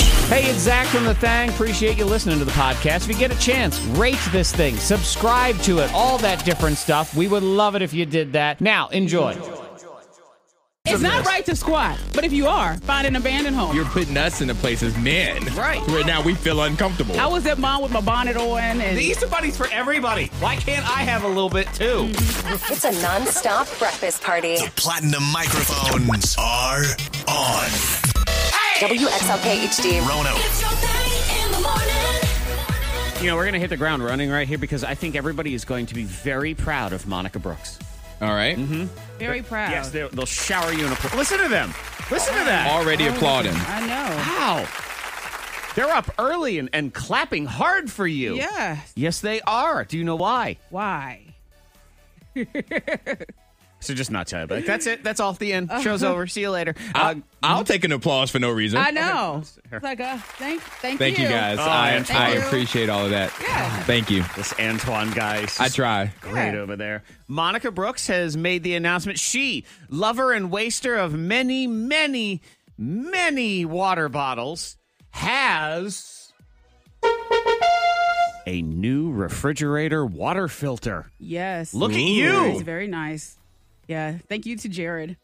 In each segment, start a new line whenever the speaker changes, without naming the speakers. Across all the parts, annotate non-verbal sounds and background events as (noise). Hey, it's Zach from The Thang. Appreciate you listening to the podcast. If you get a chance, rate this thing, subscribe to it, all that different stuff. We would love it if you did that. Now, enjoy.
It's not right to squat, but if you are, find an abandoned home.
You're putting us in a place as men.
Right.
Where now we feel uncomfortable.
I was at mine with my bonnet on, and
The Easter Bunny's for everybody. Why can't I have a little bit too?
It's a non-stop breakfast party.
Platinum microphones are on.
WXLK HD.
Rono,
You know, we're going to hit the ground running right here because I think everybody is going to be very proud of Monica Brooks.
All right.
Mm-hmm. very proud.
Yes, they'll, they'll shower you in applause. Listen to them. Listen to that.
Already applauding.
I know.
Wow. They're up early and, and clapping hard for you.
Yeah.
Yes, they are. Do you know why?
Why?
So just not tell you. But that's it. That's off the end. Show's
Uh-huh.
over. See you later. Uh,
I'll, I'll take an applause for no reason.
(laughs)
I know. It's like a thank, thank,
Thank you guys. I,
Oh, Thank
I
you.
appreciate all of that.
Yeah.
Thank you.
Uh, this Antoine guy. is
I try.
Great
Yeah.
over there. Monica Brooks has made the announcement. She, lover and waster of many, many, many water bottles, has a new refrigerator water filter.
Yes.
Look at
It's
you,
very nice. Yeah. Thank you to Jared.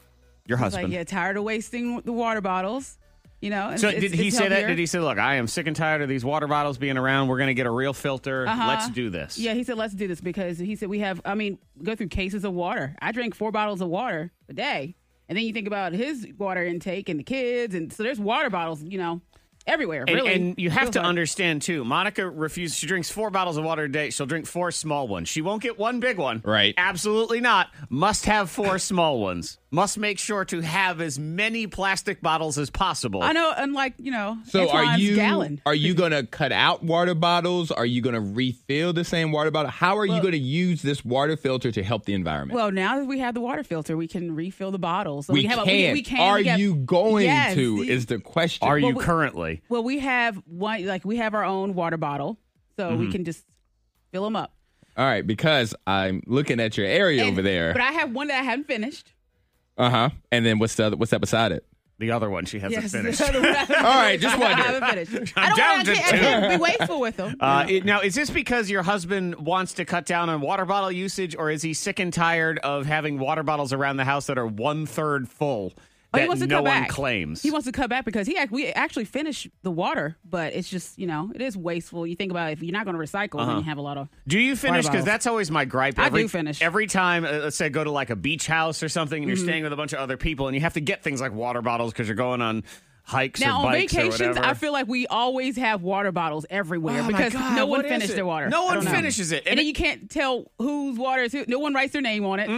your
It's like,
husband.
yeah, tired of wasting the water bottles. You know, and
So
it's-
did he
it's
say that?
healthier.
Did he say, "Look, I am sick and tired of these water bottles being around. We're going to get a real filter. Let's do this."
Uh-huh. Yeah, he said, let's do this because he said we have, I mean, go through cases of water. I drink four bottles of water a day. And then you think about his water intake and the kids. And so there's water bottles, you know, everywhere.
And,
really.
and you have
Feels
to
like-
understand too. Monica refuses. She drinks four bottles of water a day. She'll drink four small ones. She won't get one big one.
Right.
Absolutely not. Must have four (laughs) small ones. Must make sure to have as many plastic bottles as possible.
I know, unlike, you know,
So are
Antoine's
you
gallon.
are you gonna cut out water bottles? Are you gonna refill the same water bottle? How are you gonna use this water filter to help the environment?
Well, now that we have the water filter, we can refill the bottles. So
we,
have
can.
a- we, we can.
Are
we have-
you going
Yes.
to? Is the question.
Are you
Well, we-
currently?
Well, we have one, like we have our own water bottle, so we
Mm-hmm.
can just fill them up.
All right, because I'm looking at your area over
And-
there.
But I have one that I haven't finished.
uh huh. And then what's the other, what's that beside it?
The other one she hasn't
(laughs)
finished.
(laughs)
All
All
right,
right, just
(laughs) I
wondering.
haven't finished.
I'm
I don't
down
wanna-
to
I can't- I
two.
can't be wasteful with them.
Uh, it- now, is this because your husband wants to cut down on water bottle usage, or is he sick and tired of having water bottles around the house that are one third full
Oh,
that no one claims?
He wants to cut back because he ac- we actually finished the water, but it's just you know it is wasteful. You think about it, if you're not going to recycle,
Uh-huh.
then you have a lot of.
Do you finish? Because
bottles.
that's always my gripe.
I do finish. Mm-hmm.
Every time, uh, let's say, I go to like a beach house or something, and you're staying with a bunch of other people, and you have to get things like water bottles because you're going on hikes
Now
or
on
bikes or
vacations,
whatever.
I feel like we always have water bottles everywhere
Oh, my
because
God,
no one
what is
finished
it?
their water.
No
I
one
don't know.
finishes it.
and,
And
then
it-
you can't tell whose water is who. No one writes their name on it.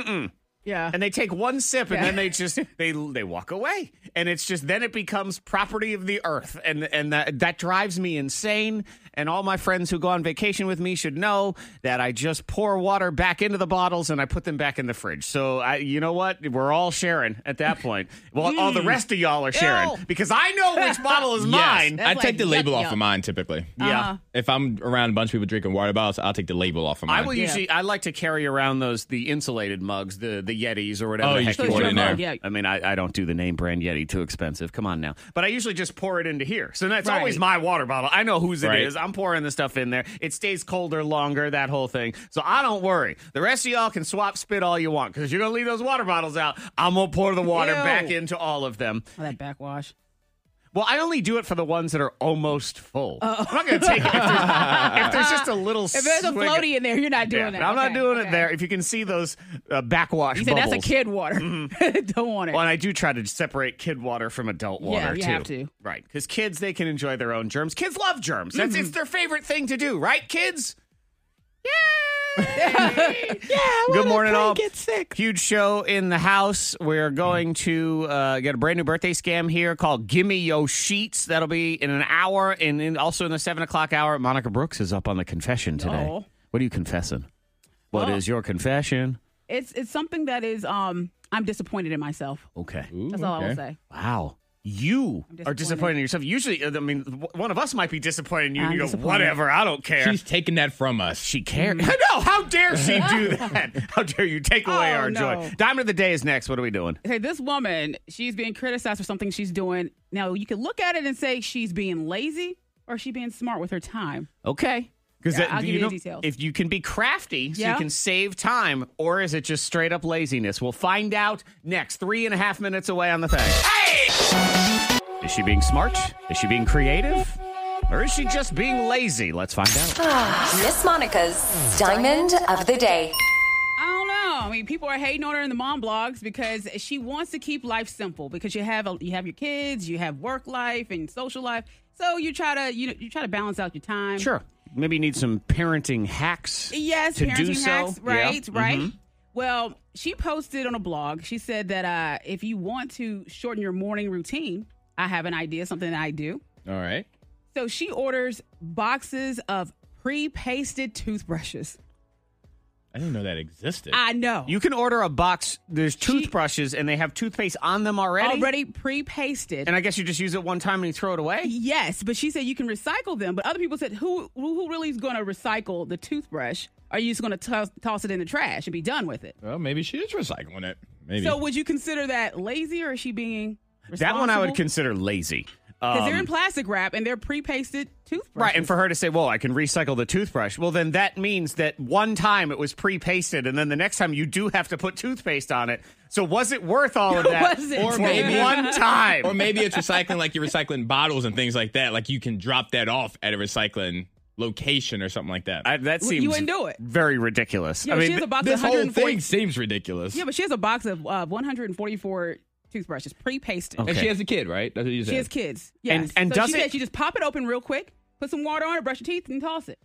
Yeah,
and they take one sip, and
Yeah.
then they just they they walk away, and it's just then it becomes property of the earth, and and that that drives me insane. And all my friends who go on vacation with me should know that I just pour water back into the bottles and I put them back in the fridge. So I, you know what, we're all sharing at that point. Well, all the rest of y'all are sharing
Hmm. Ew.
because I know which bottle
(laughs)
is mine.
I
That's
take the
like uh-huh.
label
yuck,
off
yuck.
of mine typically.
Yeah.
If I'm around a bunch of people drinking water bottles, I'll take the label off of
I
mine.
will usually I like to carry around those the insulated mugs, the the Yetis or whatever.
Oh,
the
you
heck
can
you
pour it
want
in
to
there.
mug.
Yeah.
I mean, I, I don't do the name brand Yeti, too expensive. Come on now. But I usually just pour it into here. So that's
Right.
always my water bottle. I know whose
Right.
it is. I'm pouring the stuff in there. It stays colder longer, that whole thing. So I don't worry. The rest of y'all can swap spit all you want because you're gonna leave those water bottles out. I'm gonna pour the water
Ew.
back into all of them.
Oh, that backwash.
Well, I only do it for the ones that are almost full. I'm not gonna take it if there's, if there's just a little.
Oh. (laughs) If there's a
swig-
floaty in there, you're not doing
yeah,
that.
but I'm not
Okay,
doing it
okay.
there. If you can see those uh, backwash
You said
bubbles. Mm-hmm.
that's a kid water. (laughs) Don't want it.
Well, and I do try to separate kid water from adult
Yeah,
water
you
too.
have to.
Right, because kids they can enjoy their own germs. Kids love germs.
Mm-hmm.
That's it's their favorite thing to do, right, kids? (laughs) Good morning, all. Get sick. Huge show in the house. We're
Mm.
going to uh, get a brand new birthday scam here called "Gimme Yo Sheets." That'll be in an hour, and in, also in the seven o'clock hour, Monica Brooks is up on the confession today.
Oh.
What are you confessing? What is
Oh.
your confession?
It's it's something that is um I'm disappointed in myself.
Okay.
That's all I will say.
Wow. You
I'm
are disappointed
disappointed.
in yourself. Usually, uh, I mean, w- one of us might be disappointed in you.
I'm
and you go,
disappointed. Mm-hmm.
whatever, I don't care.
She's taking that from us.
she cares. (laughs) no, how dare she
(laughs)
do that? How dare you take away
Oh,
our
no.
joy? Diamond of the day is next. What are we doing?
Okay, this woman, she's being criticized for something she's doing Now you can look at it and say she's being lazy or she being smart with her time.
Okay. Because
Yeah, I'll give you the details.
if you can be crafty, so
Yeah.
you can save time, or is it just straight up laziness? We'll find out next. Three and a half minutes away on the thing. Is she being smart? Is she being creative? Or is she just being lazy? Let's find out.
Miss Monica's Diamond of the Day.
I don't know. I mean, people are hating on her in the mom blogs because she wants to keep life simple because you have a, you have your kids, you have work life and social life. So you try to you know you try to balance out your time.
Sure. Maybe you need some parenting hacks.
Yes,
to
parenting
do so.
hacks,
Yeah.
right,
Mhm.
right. Well, she posted on a blog. She said that uh, if you want to shorten your morning routine, I have an idea, something that I do.
All right.
So she orders boxes of pre-pasted toothbrushes.
I didn't know that existed.
I know.
You can order a box. There's toothbrushes, and they have toothpaste on them already.
already pre-pasted.
And I guess you just use it one time and you throw it away.
Yes, but she said you can recycle them. But other people said, who who who really is going to recycle the toothbrush? Are you just going to toss toss it in the trash and be done with it?
well, maybe she is recycling it. Maybe.
So would you consider that lazy, or is she being
That one I would
responsible?
consider lazy.
because they're
Um,
in plastic wrap and they're pre-pasted toothbrushes.
Right, and for her to say, "Well, I can recycle the toothbrush," well, then that means that one time it was pre-pasted, and then the next time you do have to put toothpaste on it. So was it worth all of that?
(laughs) Was it?
Or
Or
for
maybe-
(laughs)
one time?
or maybe it's recycling like you're recycling bottles and things like that. Like you can drop that off at a recycling location or something like that.
I, that
You
seems
wouldn't do it.
Very ridiculous.
Yeah,
I
but
mean,
she has a box
this
of
whole
140
thing seems ridiculous.
Yeah, but she has a box of uh, 144 toothbrushes pre-pasted.
Okay.
And she has a kid, right? That's what you said.
She has kids. Yes.
and
so
does
she
it-
said you just pop it open real quick, put some water on it, brush your teeth, and toss it.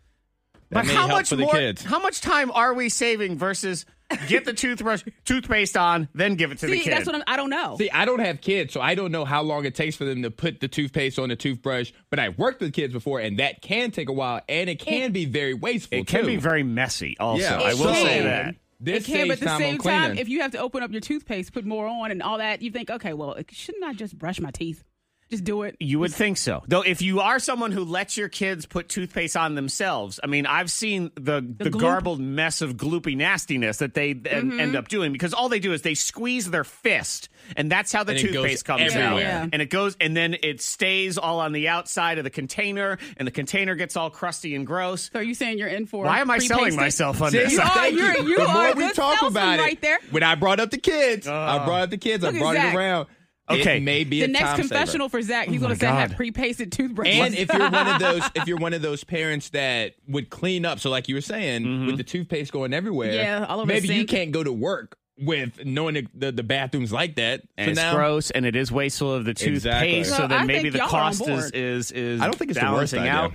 but
may
how
help
much
for the
more?
kids.
How much time are we saving versus get the
(laughs)
toothbrush, toothpaste on, then give it to the
See,
kid?
that's what I'm, I don't know.
See, I don't have kids, so I don't know how long it takes for them to put the toothpaste on the toothbrush. But I've worked with kids before, and that can take a while, and it can be very wasteful.
it can
too.
be very messy. Also,
Yeah,
I
It
will say
can.
that.
This
it can,
saves
but at the
time
same
on cleaning.
time, if you have to open up your toothpaste, put more on, and all that, you think, okay, well, shouldn't I just brush my teeth? Just do it.
You would think so. Though if you are someone who lets your kids put toothpaste on themselves, I mean, I've seen the the,
gloop. Mm-hmm.
garbled mess of gloopy nastiness that they en- end up doing because all they do is they squeeze their fist and that's how the
And it goes
toothpaste comes out.
everywhere.
Yeah.
And it goes and then it stays all on the outside of the container and the container gets all crusty and gross.
So are you saying you're in for?
Why am I selling
pre-pasted-
myself on
See,
this?
You are-
thank
you're- you
the
are
more
a
we
good
talk
salesman
about it,
right there.
when I brought up the kids, I brought up the kids, I
Look at
brought it
Zach.
around. It
Uh-huh. Okay.
may be
The
a
next
time saver.
confessional for Zach, he's going
Oh my
to say have
God.
pre-pasted toothbrushes.
And if you're one of those, if you're one of those parents that would clean up, so like you were saying,
Mm-hmm.
with the toothpaste going everywhere,
Yeah, all over the
maybe you
sink.
can't go to work with knowing the, the, the bathrooms like that.
and
so
it's
now,
gross and it is wasteful of the toothpaste.
Exactly.
So,
So
then
I
maybe
think
the
y'all are on
cost is,
board.
is is
I don't think it's the worst
balancing
idea.
out.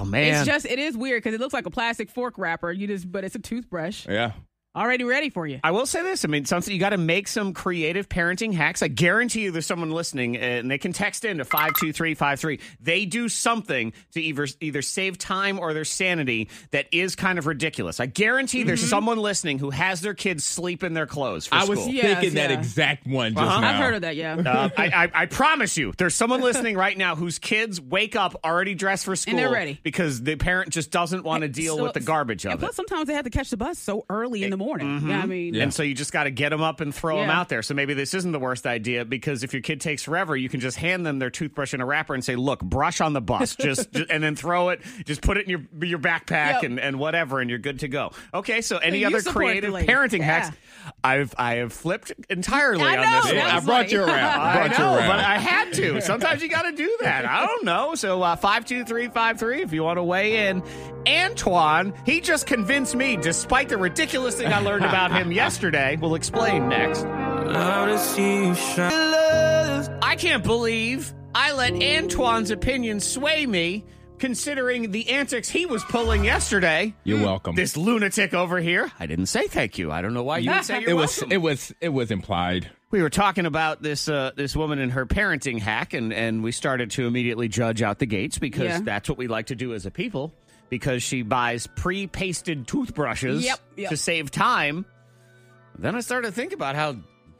Oh man.
(laughs) it's just it is weird because it looks like a plastic fork wrapper. You just but it's a toothbrush
Yeah.
already ready for you.
I will say this. I mean, something you got to make some creative parenting hacks. I guarantee you, there's someone listening, uh, and they can text in to five two three five three. They do something to either either save time or their sanity that is kind of ridiculous. I guarantee there's
Mm-hmm.
someone listening who has their kids sleep in their clothes. For
I was
school.
Yes,
thinking that
yeah. Uh-huh.
exact one just now.
I've heard of that. Yeah,
Uh,
(laughs)
I, I, I promise you, there's someone listening right now whose kids wake up already dressed for school
they're ready.
because the parent just doesn't want to deal
So-
with the garbage
and
of it.
plus
Eh, mm-hmm.
sometimes they have to catch the bus so early in the morning. Yeah, I mean,
And so you just got to get them up and throw them
Yeah.
out there. So maybe this isn't the worst idea because if your kid takes forever, you can just hand them their toothbrush and a wrapper and say, "Look, brush on the
(laughs)
bus, just, ju- and then throw it. Just put it in your your backpack
Yep.
and, and whatever, and you're good to go." Okay. So any
you
other
support the
creative
lady.
parenting
Yeah.
hacks? I've I have flipped entirely
I
on this one.
know, that
I
was
brought
like-
you
(laughs)
around. I
I
brought you
know,
around.
but I had
(laughs)
to. Sometimes you got to do that. I don't know. So uh, five two three five three. If you want to weigh in, Antoine, he just convinced me. Despite the ridiculous thing I learned about
(laughs)
him yesterday, we'll explain next. I can't believe I let Antoine's opinion sway me, considering the antics he was pulling yesterday.
You're welcome.
This lunatic over here. I didn't say thank you. I don't know why you would
(laughs)
say you're
it was
welcome
it was it was implied.
we were talking about this uh, this woman and her parenting hack, and and we started to immediately judge out the gates because
Yeah.
that's what we like to do as a people. Because she buys pre-pasted toothbrushes
Yep, yep.
to save time. Then I started to think about how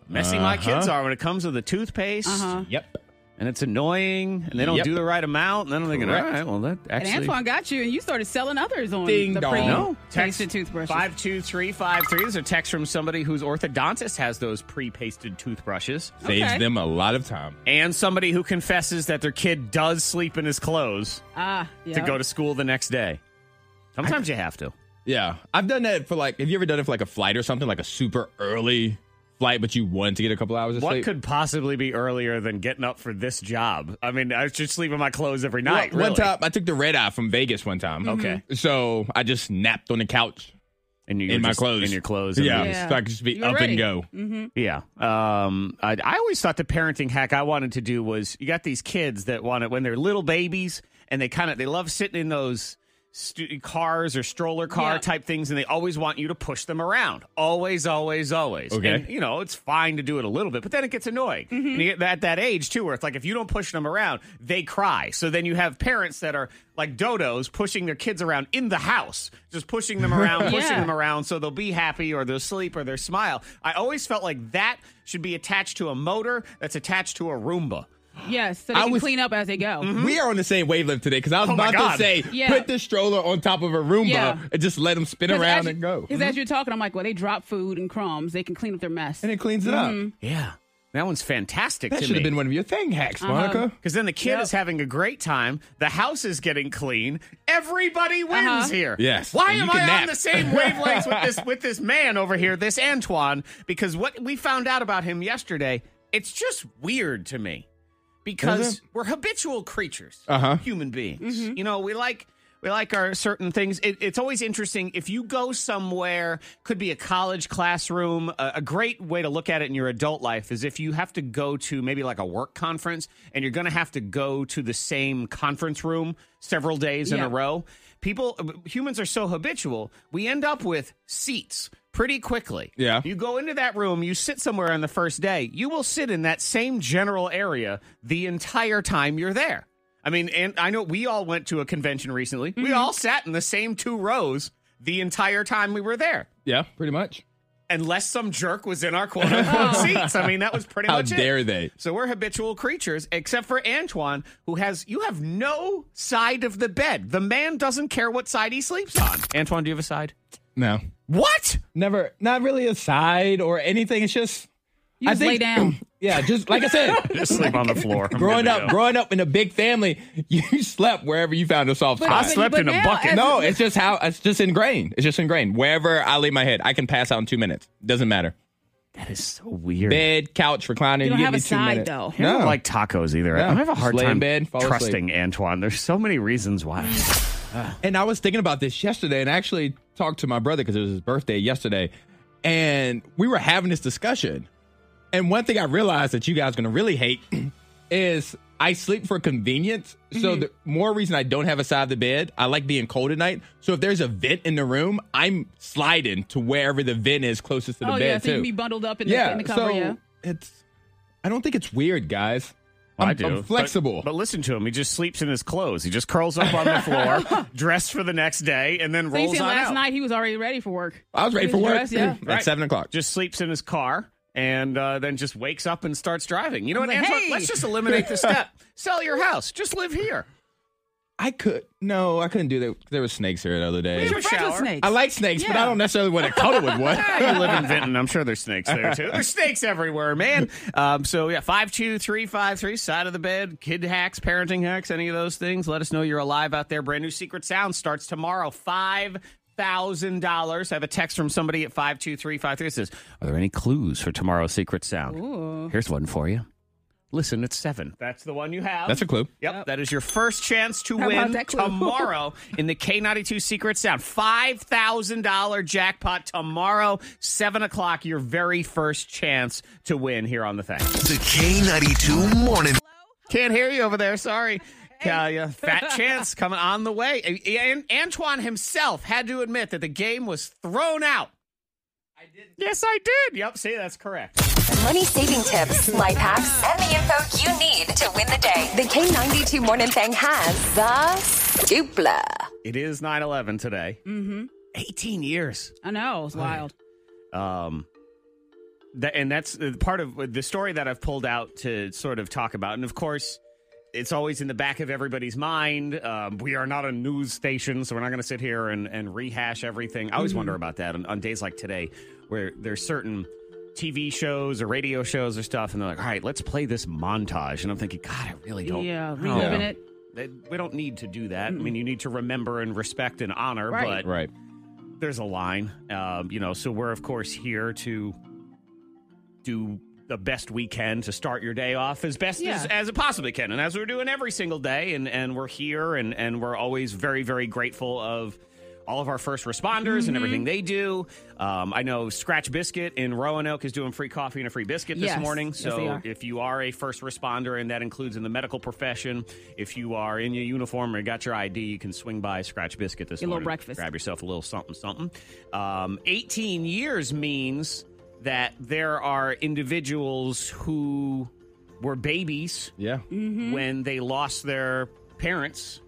messy my
Uh-huh.
kids are when it comes to the toothpaste
Uh-huh.
Yep.
and it's annoying, and they don't
Yep.
do the right amount. And then I'm thinking,
Correct.
all right, well, that
And
actually.
Antoine got you, and you started selling others on
Ding
the
dong.
pre
No.
tasted toothbrushes.
Five two three five three. There's a text from somebody whose orthodontist has those pre-pasted toothbrushes,
Saves
Okay.
them a lot of time.
and somebody who confesses that their kid does sleep in his clothes
Ah, yeah.
to go to school the next day. Sometimes you have to.
Yeah. I've done that for like, have you ever done it for like a flight or something, like a super early flight, but you wanted to get a couple hours of
What
sleep?
could possibly be earlier than getting up for this job? I mean, I should sleep in my clothes every
Well,
night.
One
really.
time, I took the red eye from Vegas one time.
Mm-hmm.
Okay.
So I just napped on the couch
and you
in
were
my
just
clothes.
in your clothes. and
Yeah.
these-
Yeah.
So I could just be
You were
up
ready.
and go.
yeah. Um, I, I always thought the parenting hack I wanted to do was you got these kids that want to when they're little babies and they kind of they love sitting in those stu- cars or stroller car
Yeah.
type things and they always want you to push them around. Always, always, always.
Okay.
And, you know, it's fine to do it a little bit, but then it gets annoying. And you get at that age too, where it's like if you don't push them around, they cry. So then you have parents that are like dodos pushing their kids around in the house, just pushing them around, pushing
Yeah.
them around so they'll be happy or they'll sleep or they'll smile. I always felt like that should be attached to a motor that's attached to a Roomba.
Yes, so they
I
can
was- Mm-hmm.
clean up as they go.
We are on the same wavelength today because I was
Oh my
about
God.
to say,
Mm-hmm. Yeah.
put the stroller on top of a Roomba
Yeah.
and just let them spin
'Cause
around
as you-
and go. Mm-hmm.
'cause as you're talking, I'm like, well, they drop food and crumbs. They can clean up their mess.
And it cleans it
Mm-hmm.
up.
Yeah. That one's fantastic
That
to
should have
me.
been one of your thing hacks,
Uh-huh.
Monica.
because then the kid is having a great time. The house is getting clean. Everybody wins
Uh-huh.
here.
Yes.
Why
And you
am I
can
on
nap.
the same wavelengths with
(laughs)
this with this man over here, this Antoine? Because what we found out about him yesterday, it's just weird to me.
Is
Because
it?
we're habitual creatures,
Uh-huh.
human beings. You know, we like we like our certain things. It, it's always interesting if you go somewhere. Could be a college classroom. A, a great way to look at it in your adult life is if you have to go to maybe like a work conference, and you're going to have to go to the same conference room several days in a
Yeah.
row. People, humans are so habitual. We end up with seats pretty quickly.
Yeah.
You go into that room, you sit somewhere on the first day, you will sit in that same general area the entire time you're there. I mean, and I know we all went to a convention recently.
Mm-hmm.
We all sat in the same two rows the entire time we were there.
Yeah, pretty much.
Unless some jerk was in our quote
(laughs)
unquote seats. I mean, that was pretty
How
much it.
dare they?
So we're habitual creatures, except for Antoine, who has you have no side of the bed. The man doesn't care what side he sleeps on. Antoine, do you have a side?
No.
What?
Never, not really a side or anything. It's just,
You
I
just
think,
lay down.
(clears throat) yeah, just like I
(laughs)
said,
Just sleep on the floor.
growing up, growing up in a big family, (laughs) you slept wherever you found a soft
But-
I
spot.
but-
slept
but
in a
now
bucket.
as-
no, it's just how it's just ingrained. It's just ingrained. Wherever I lay my head, I can pass out in two minutes. Doesn't matter.
that is so weird.
Bed, couch, recliner.
You don't
give
have
me
a
two
side,
minutes.
though.
I
No,
don't like tacos either.
No.
I have a
Just
hard
lay in
time
bed, fall asleep.
trusting Antoine. There's so many reasons why.
And I was thinking about this yesterday, and I actually talked to my brother because it was his birthday yesterday, and we were having this discussion. And one thing I realized that you guys are gonna really hate (clears throat) is I sleep for convenience. So
Mm-hmm.
the more reason I don't have a side of the bed, I like being cold at night. So if there's a vent in the room, I'm sliding to wherever the vent is closest to the
oh,
bed
yeah, so
too.
you can be bundled up in the,
yeah,
in the cover,
so
yeah.
it's. I don't think it's weird, guys. I'm,
I do.
I'm
But-
flexible.
But, listen to him. He just sleeps in his clothes. He just curls up on
(laughs)
the floor, dressed for the next day, and then
So you
rolls
said
on
last
out.
night he was already ready for work.
I was ready
He
for work
dressed, yeah.
(clears throat) at seven o'clock.
Just sleeps in his car and uh, then just wakes up and starts driving. You know what,
Like,
Antoine?
hey.
Let's just eliminate the step.
(laughs)
Sell your house. Just live here.
I could no, I couldn't do that. There were snakes here the other day.
Leave
You're
a
friends with
shower.
I
snakes.
like snakes, but
Yeah.
I
Oh.
don't necessarily
(laughs)
want to cuddle with one.
Ah, (laughs) you live in Vinton. I'm sure there's snakes there too. There's snakes everywhere, man. Um, so yeah, five two three five three side of the bed, kid hacks, parenting hacks, any of those things. Let us know you're alive out there. Brand new Secret Sound starts tomorrow. Five thousand dollars. I have a text from somebody at five two three five three. It says, "Are there any clues for tomorrow's Secret Sound? Here's one for you. Listen, it's seven. That's the one you have.
That's a clue.
Yep, that is your first chance to
How about
win
that clue?
tomorrow in the K92 Secret Sound. $5,000 jackpot tomorrow, 7 o'clock, your very first chance to win here on the thing.
The K92 Morning.
Can't hear you over there, sorry. Yeah, yeah.
(laughs)
Fat chance coming on the way. And- And Antoine himself had to admit that the game was thrown out. I did. Yes, I did. Yep, see, that's correct.
Money saving tips, life hacks, and the info you need to win the day. The K92 Morning Thing has the dupla.
It is 9 11
Mm-hmm.
today. Mm hmm. 18 years.
I know, it's wild.
Um, Th- and that's uh, part of the story that I've pulled out to sort of talk about. And of course, it's always in the back of everybody's mind. Um, we are not a news station, so we're not going to sit here and, and rehash everything. I always wonder about that on, on days like today, where there's certain TV shows or radio shows or stuff, and they're like, all right, let's play this montage. And I'm thinking, God, I really don't.
yeah, reliving
Yeah.
it.
that- We don't need to do that. I mean, you need to remember and respect and honor,
Right.
but
Right.
there's a line, um, you know. So we're of course here to do the best we can to start your day off as best
Yeah.
as, as it possibly can, and as we're doing every single day. And and we're here, and and we're always very very grateful of. All of our first responders
Mm-hmm.
and everything they do. Um, I know Scratch Biscuit in Roanoke is doing free coffee and a free biscuit this
Yes.
morning.
Yes, they
So
are.
if you are a first responder, and that includes in the medical profession, if you are in your uniform or got your ID, you can swing by Scratch Biscuit this
Your little
morning.
breakfast.
Grab yourself a little something, something. Um, 18 years means that there are individuals who were babies
Yeah.
Mm, Mm-hmm.
when they lost their parents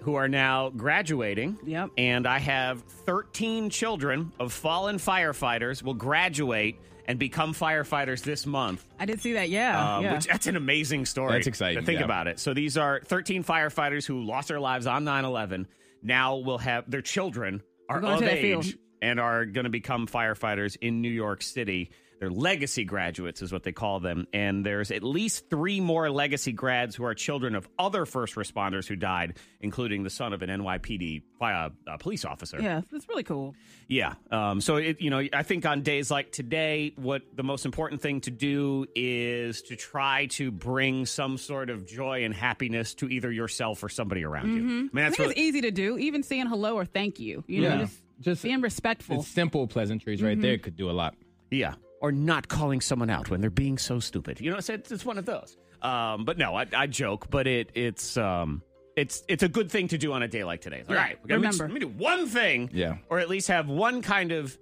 who are now graduating.
Yep.
And I have 13 children of fallen firefighters will graduate and become firefighters this month.
I did see that. Yeah,
Uh,
Um,
yeah.
Which that's an amazing story.
That's exciting,
To think
yeah.
about it. So these are 13 firefighters who lost their lives on 9/11. Now will have their children are
going
of
to that field.
age and are going to become firefighters in New York City. They're legacy graduates, is what they call them. And there's at least three more legacy grads who are children of other first responders who died, including the son of an NYPD uh, uh, police officer.
yeah, that's really cool.
Yeah. Um, so, it, you know, I think on days like today, what the most important thing to do is to try to bring some sort of joy and happiness to either yourself or somebody around you. I mean,
I
that's
think
really,
it's easy to do, even saying hello or thank you. You know,
Yeah.
just, Mm-hmm.
Just-
being respectful.
It's simple pleasantries right there could do a lot.
yeah. Or not calling someone out when they're being so stupid. You know, it's, it's one of those. Um, but no, I, I joke, but it it's um, it's it's a good thing to do on a day like today. It's like,
Yeah.
All right, we're gonna make-
Remember.
let me do one thing,
Yeah.
or at least have one kind of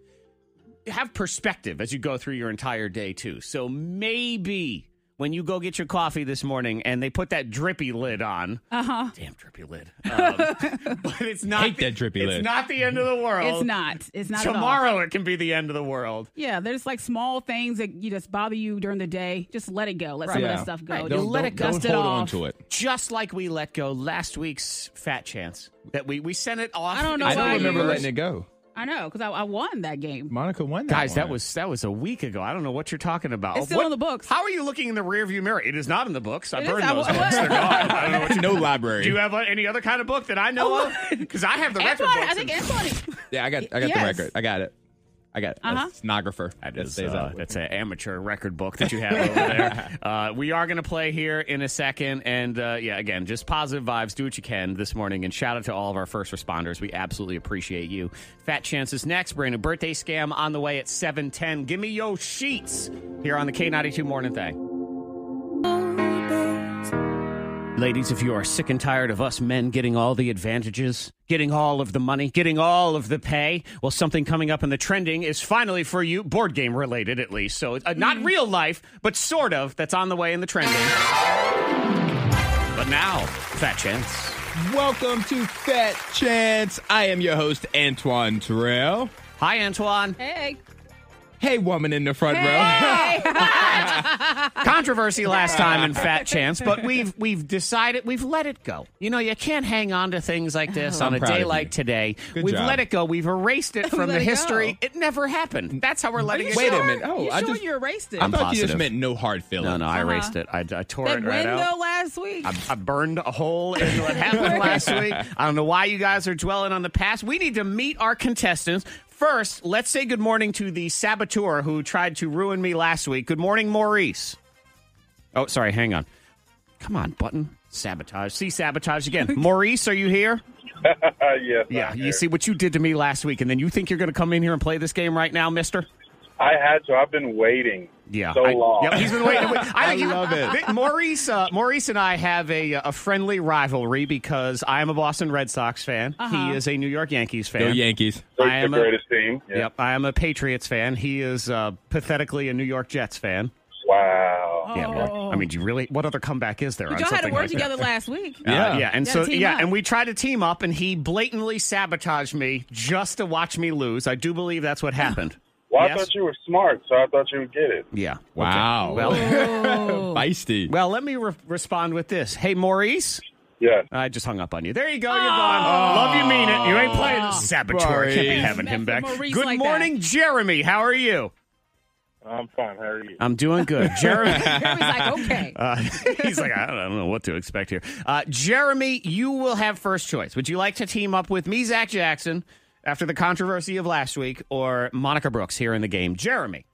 have perspective as you go through your entire day too. So maybe when you go get your coffee this morning and they put that drippy lid on, uh-huh. damn drippy lid, um, (laughs) but it's not
Hate that drippy
it's
lid.
not the end of the world.
It's not. It's not at all.
Tomorrow it can be the end of the world.
Yeah, there's like small things that you just bother you during the day. Just let it go. Let some of
Yeah.
that stuff go.
Right.
Just
Don't- let it
go.
don't
Dust it
hold on
off.
to it.
Just like we let go last week's fat chance that we we sent it off.
I don't know
I
into
why
don't
the
remember
you-
universe.
letting it go.
I know because I, I won that game.
Monica won that.
Guys, that
one.
was that was a week ago. I don't know what you're talking about.
It's still
What-
in the books.
How are you looking in the rearview mirror? It is not in the books. I
It
burned
is- I-
those
what? (laughs)
books. They're gone. I don't know what you
no library.
Do you have uh, any other kind of book that I
Oh
know of? Because I have the record
Antoine,
books.
I think
and-
Antoine.
yeah, I got. I got
Yes.
the record. I got it. I got it. That's
Uh-huh.
stenographer.
That
That
is,
stays
uh,
out.
that's an amateur record book that you have over there. Uh, we are going to play here in a second. And uh, yeah, again, just positive vibes. Do what you can this morning. And shout out to all of our first responders. We absolutely appreciate you. Fat Chances next. Brand new birthday scam on the way at 710. Give me your sheets here on the K92 Morning Thing. Ladies, if you are sick and tired of us men getting all the advantages, getting all of the money, getting all of the pay, well, something coming up in the trending is finally for you, board game related at least. So, uh, not real life, but sort of, that's on the way in the trending. But now, fat chance.
Welcome to Fat Chance. I am your host Antoine Terrell.
Hi, Antoine. (laughs)
Hey,
Hey, woman in the front row. (laughs)
Controversy last time in Fat Chance, but we've we've decided we've let it go. You know, you can't hang on to things like this on
Oh. I'm
a
proud of
day
you.
like today.
Good
we've
job.
let it go. We've erased
(laughs)
it from
let
the
it
history.
go.
It never happened. That's how we're letting it
Wait
go.
a minute. Oh,
you
I
sure
just.
you erased it?
I thought you just
Positive.
meant no hard feelings.
No, no, I erased
Uh-huh.
it. I, I tore
that
it
win
right out.
though last week.
I, I burned a hole in what happened last week. I don't know why you guys are dwelling on the past. We need to meet our contestants. First, let's say good morning to the saboteur who tried to ruin me last week. Good morning, Maurice. Oh, sorry, hang on. Come on, button. Sabotage. See, sabotage again. Maurice, are you here?
(laughs) yes.
Yeah,
I'm
you
here.
see what you did to me last week, and then you think you're going to come in here and play this game right now, mister?
I had to. I've been waiting
Yeah,
so
I-
long.
Yep, he's been waiting. I, think you-
love it.
Th- Maurice, uh, Maurice and I have a a friendly rivalry because I am a Boston Red Sox fan.
Uh-huh.
He is a New York Yankees fan.
Go Yankees.
They're
I
the
am a-
greatest team. Yeah.
Yep, I am a Patriots fan. He is uh, pathetically a New York Jets fan.
Wow.
Yeah, well, I mean, do you really? What other comeback is there? on
Y'all had to
something
work
like that?
together last week.
Yeah,
Yeah.
yeah, and
Yeah,
so
team
yeah,
up.
and
(laughs)
we tried to team up, and he blatantly sabotaged me just to watch me lose. I do believe that's what happened.
Well, I
Yes.
thought you were smart, so I thought you would get it.
Yeah.
Wow.
Oh.
(laughs) Feisty.
Well, let me re- respond with this. Hey, Maurice.
Yes.
I just hung up on you. There you go. You're gone. Love you, mean it. You ain't playing the saboteur. Can't be
Maurice.
having him back.
Mess with Maurice
Good
like that.
morning, Jeremy. How are you?
I'm fine. How are you?
I'm doing (laughs) good. Jeremy.
Jeremy's like, okay.
(laughs) Uh, he's like, I don't, I don't know what to expect here. Uh, Jeremy, you will have first choice. Would you like to team up with me, Zach Jackson, after the controversy of last week, or Monica Brooks here in the game? Jeremy.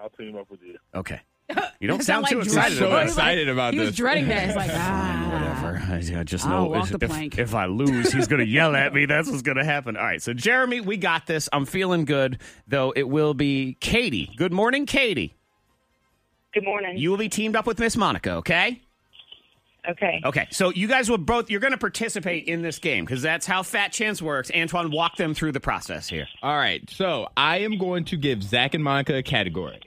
I'll team up with you.
(laughs)
Okay. You don't
That
sound
sound
too excited
like
so
Drew.
about it.
excited about
He was
this.
dreading
(laughs)
that. It's like, ah.
Whatever. (laughs) I, I just
I'll
know
walk
if,
the
if-
plank.
if I lose, he's going to yell at me. That's what's going to happen. All right. So, Jeremy, we got this. I'm feeling good, though it will be Katie. Good morning, Katie.
Good morning.
You will be teamed up with Miss Monica, okay?
okay.
Okay, so you guys will both you're going to participate in this game because that's how Fat Chance works. Antoine, walk them through the process here.
All right. So I am going to give Zach and Monica a category.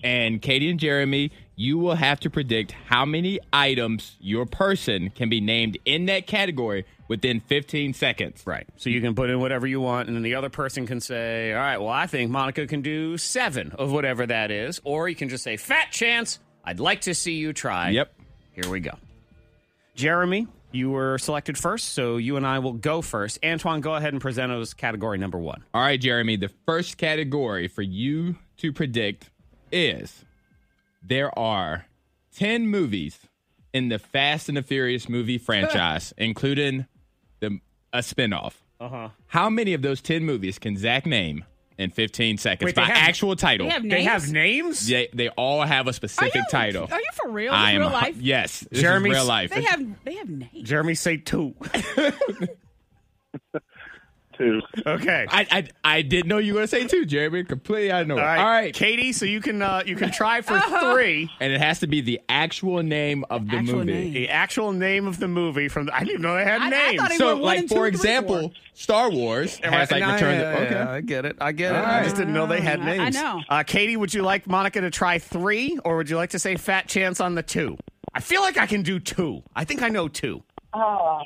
And Katie and Jeremy, you will have to predict how many items your person can be named in that category within 15 seconds.
Right. So you can put in whatever you want, and then the other person can say, "All right, well, I think Monica can do seven of whatever that is," or you can just say, "Fat Chance, I'd like to see you try."
Yep.
Here we go. Jeremy, you were selected first, so you and I will go first. Antoine, go ahead and present us category number one.
All right, Jeremy, the first category for you to predict is there are 10 movies in the Fast and the Furious
(laughs)
movie franchise, including the a spinoff. Uh-huh. How many of those 10 movies can Zach name in 15 seconds
Wait, they
by
have-
actual title?
They have names.
They have names.
They, they all have a
Are
specific
you,
title.
Are you for real?
I am
real
a-
life?
(laughs)
Yes. This
Jeremy's-
is real life.
They have they have names.
Jeremy, say
(laughs)
two.
Two.
okay.
I, I I didn't know you were gonna say two, Jeremy. Completely out of nowhere.
All right.
All right.
Katie, so you can uh, you
(laughs)
can try for
Oh.
three.
and it has to be the actual name of the
Actual
movie.
name.
The actual name of the movie from the, I didn't even know they had
I- I
names.
thought it- They
so,
were one
like
and two
for
and three and
example, Star Wars
Am I-
has like
no,
returned.
yeah,
the, okay.
yeah, I get it. I get it. I
Alright.
just didn't know they had
Ah, I
names.
know.
Uh, Katie, would you like Monica to try three, or would you like to say fat chance on the two? I feel like I can do two. I think I know two.
Oh.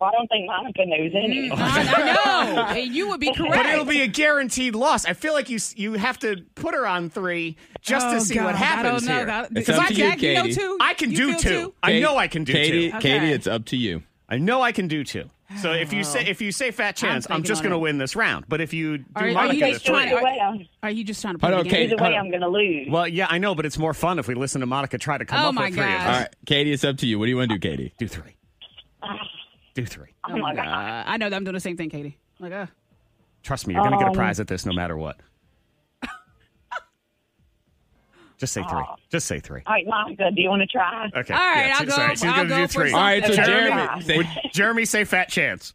Well, I don't think Monica knows any.
I, I know. And you would be correct.
But it'll be a guaranteed loss. I feel like you s- you have to put her on three just
Oh,
to see
God,
what happens
I don't know.
here.
God.
It's
Is
up
that
to you,
Jack, know
Katie.
two?
I can
You
do
feel
two. I know I can do
Katie,
two.
Katie,
Okay.
it's up to you.
I know I can do two. So if you say if you say fat chance, I'm,
Oh. thinking
just
on
going to
it.
win this round. But if you do
Are- are you
Monica,
guys
this
So
way-
trying to-
either way, I'm,
Are you just trying to
Hold
play
on,
the game?
Katie.
either way, I'm going to lose.
Well, yeah, I know, but it's more fun if we listen to Monica try to come
Oh
up
my
with three of
gosh.
us.
All right, Katie, it's up to you. What do you want to do, Katie?
Do three. Do three.
oh, my God.
Uh, I know that I'm doing the same thing, Katie. Like, uh,
Trust me, you're going to get a
Um,
prize at this no matter
(laughs)
what. Just say three. Just say three.
All right, Monica, do you want to try?
Okay.
All Oh. right,
yeah,
I'll
she-
go-
Sorry, she's
I'll
gonna
go
do
for
three.
some-
All right, so
Jeremy.
Jeremy, say-
Would
(laughs)
Jeremy say fat chance?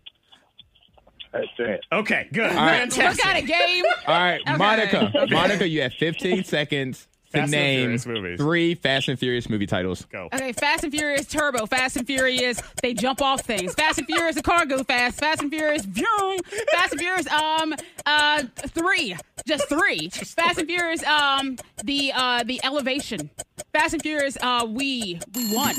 That's it.
Okay, good.
right.
look
Fantastic.
at a game.
(laughs)
all right,
Okay.
Monica,
(laughs) Okay.
Monica, you have
(laughs)
15 seconds to
Fast and
name
Furious movies.
three Fast and Furious movie titles.
Go.
Okay, Fast and Furious Turbo, Fast and Furious, they jump off things. Fast and Furious, the car goes fast. Fast and Furious, vroom. Fast and Furious, um, uh, three, just three. Fast and Furious, um, the uh, the elevation. Fast and Furious, uh, we we won.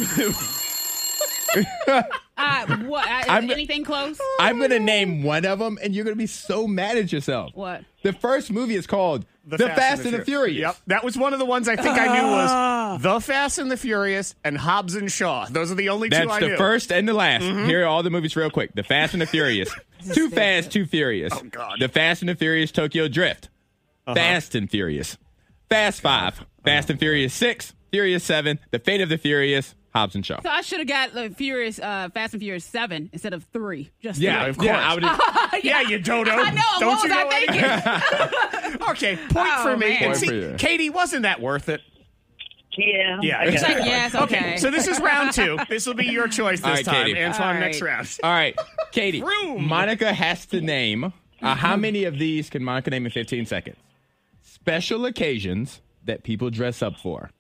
uh, what? Uh, is
I'm-
anything close?
I'm gonna name one of them, and you're gonna be so mad at yourself.
What?
The first movie is called The, Fast, and the Furious. Ah.
Yep, that was one of the ones I think I knew was The Fast and the Furious and Hobbs and Shaw. Those are the only two
That's
I
the
knew. Mm-hmm.
first and the last. Here are all the movies real quick. The Fast and
(laughs)
the Furious. too Fast, Too Furious. Oh,
God. Uh-huh.
The Fast and the Furious Tokyo Drift. Fast and Furious. Fast Five. Fast and Furious
Uh-huh.
Six. Furious Seven. The Fate of the Furious. Hobbs
(laughs)
and Shaw.
So I should have got like, Furious, uh, Fast and Furious seven instead of three. Just
Yeah,
three.
of course. I
(laughs)
would-
Yeah, you don't know.
I know.
Don't
what
you
was
know
I thinking?
anything? okay, point
Oh,
for me.
man.
And
Point
see,
for you.
Katie, wasn't that worth it?
Yeah.
Yeah.
Okay.
It's like, yes, okay.
So this is round two.
(laughs)
This will be your choice this
All right,
time,
Katie.
Antoine.
All
Next
right.
round. (laughs)
all right, Katie.
Vroom. Mm-hmm.
Monica has to name. Uh, how many of these can Monica name in 15 seconds? Special occasions that people dress up for.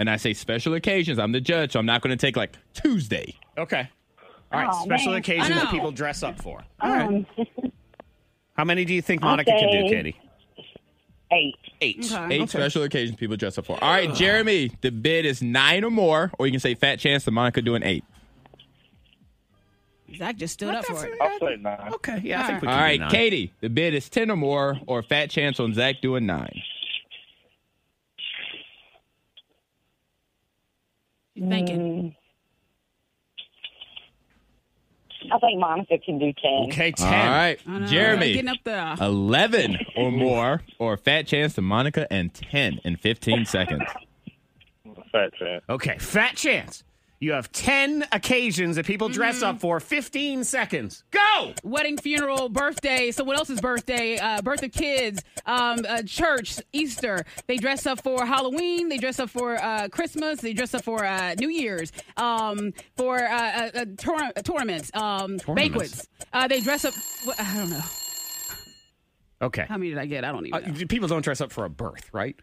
And I say special occasions. I'm the judge, so I'm not going to take like Tuesday.
Okay. All right.
Aw,
Special
man.
occasions
I know.
people dress up for.
Um,
(laughs) How many do you think Monica can do,
say-
Katie?
eight.
Eight.
Okay.
Eight special occasions people dress up for. All right, Jeremy, the bid is nine or more, or you can say fat chance that Monica doing eight.
Zach just stood up for it.
I'll say nine.
Okay, yeah, I think we
All
can do
right,
nine.
Katie, the bid is 10 or more, or a fat chance on Zach doing nine.
She's thinking.
Mm. I think Monica can do 10.
Okay, ten.
All right,
I don't know,
Mm. Jeremy,
Uh, Getting up there.
11 or more, or a fat chance to Monica and 10 in 15 seconds.
Fat chance.
Okay, fat chance. You have ten occasions that people dress
Mm-hmm.
up for. Fifteen seconds. Go.
Wedding, funeral, birthday, someone else's birthday, uh, birth of kids, um, uh, church, Easter. They dress up for Halloween. They dress up for uh, Christmas. They dress up for uh, New Year's, um, for uh, uh, uh, tour- tournaments, um, banquets. Uh, they dress up. What, I don't know.
Okay.
How many did I get? I don't
Uh,
even know.
d- people don't dress up for a birth, right?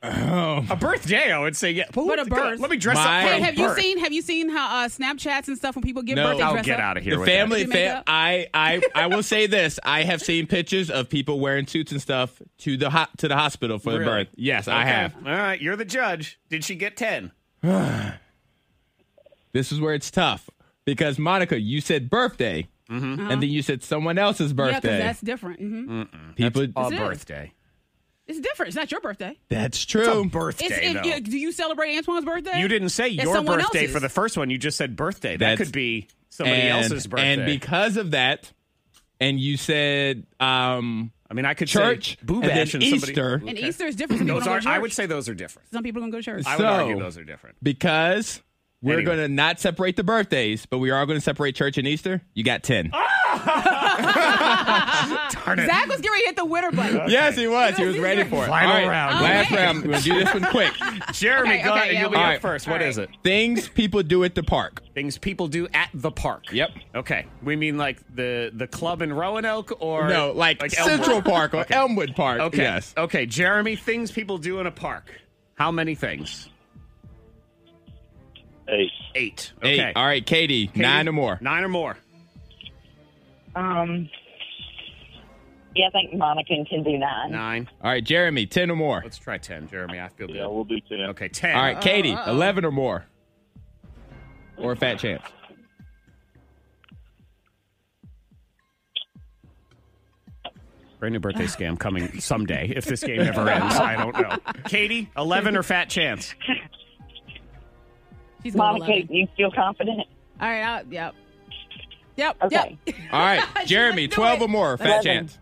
A birthday, I would say, yeah. But,
But a
what-
birth.
Let me dress
My-
up for
Hey,
a
have you
birth.
seen? Have you seen how uh, Snapchats and stuff when people give
No.
birthday
Oh,
Oh,
dress
get
up?
out of here.
The
with that.
family,
Do makeup?
fa- I, I, I will say this: I have seen pictures of people wearing suits and stuff to the ho- to the hospital for the
Really?
birth. Yes, I
Okay.
have.
All right, you're the judge. Did she get 10?
This is where it's tough because Monica, you said birthday,
Mm-hmm.
and then you said someone else's
Yeah, because
birthday.
that's different.
Mm.
hmm
people,
A
It is.
birthday.
It's different. It's not your birthday.
that's
It's
true.
a birthday,
It's,
though.
if, you- do you celebrate Antoine's birthday?
you didn't say
It's
your
someone
birthday
else's.
for the first one. You just said birthday. that
That's-
could be somebody
and,
else's birthday.
and because of that, and you said um,
I mean, I could
church
say boo
and then
bash and somebody-
Easter.
And Easter is different. Some people
Those
don't
are,
go to
I
church.
would say those are different.
some people don't go to church.
I would argue
So-
those are different.
(laughs)
because we're
Anyway.
going to not separate the birthdays, but we are going to separate church and Easter. You got ten.
Darn it.
Zach was getting ready to hit the winner button.
Yes, he was. He was ready for it.
Final
All right,
round.
Last
Okay.
round. We're gonna do this
(laughs)
one quick.
Jeremy,
Okay,
go
okay,
ahead.
yeah,
You'll
we-
be
All
up
right.
first.
All
What
right.
is it?
Things people do at the park.
Things people do at the park.
Yep.
Okay. We mean like the the club in Roanoke or
No, like,
Elmwood?
Central Park or Elmwood Park.
Okay.
Yes.
Okay, Jeremy, things people do in a park. How many things?
Eight.
Eight. Okay.
Eight. All right, Katie,
Katie,
Nine or more.
Nine or more.
Um, yeah, I think Monica can do 9.
Nine.
All right, Jeremy. Ten or more.
Let's try ten, Jeremy. I feel good.
Yeah, we'll do ten.
Okay, ten.
All right, Katie. Eleven or more. Or a fat chance.
Brand new birthday scam coming someday if this game ever ends. I don't
(laughs)
know. Katie, eleven or fat chance.
She's going
Monica,
11.
you feel confident?
All right. I'll, yep. Yep.
Okay.
Yep.
(laughs)
All
(laughs)
right, Jeremy.
do
Twelve
it.
or more. Fat
Eleven.
chance.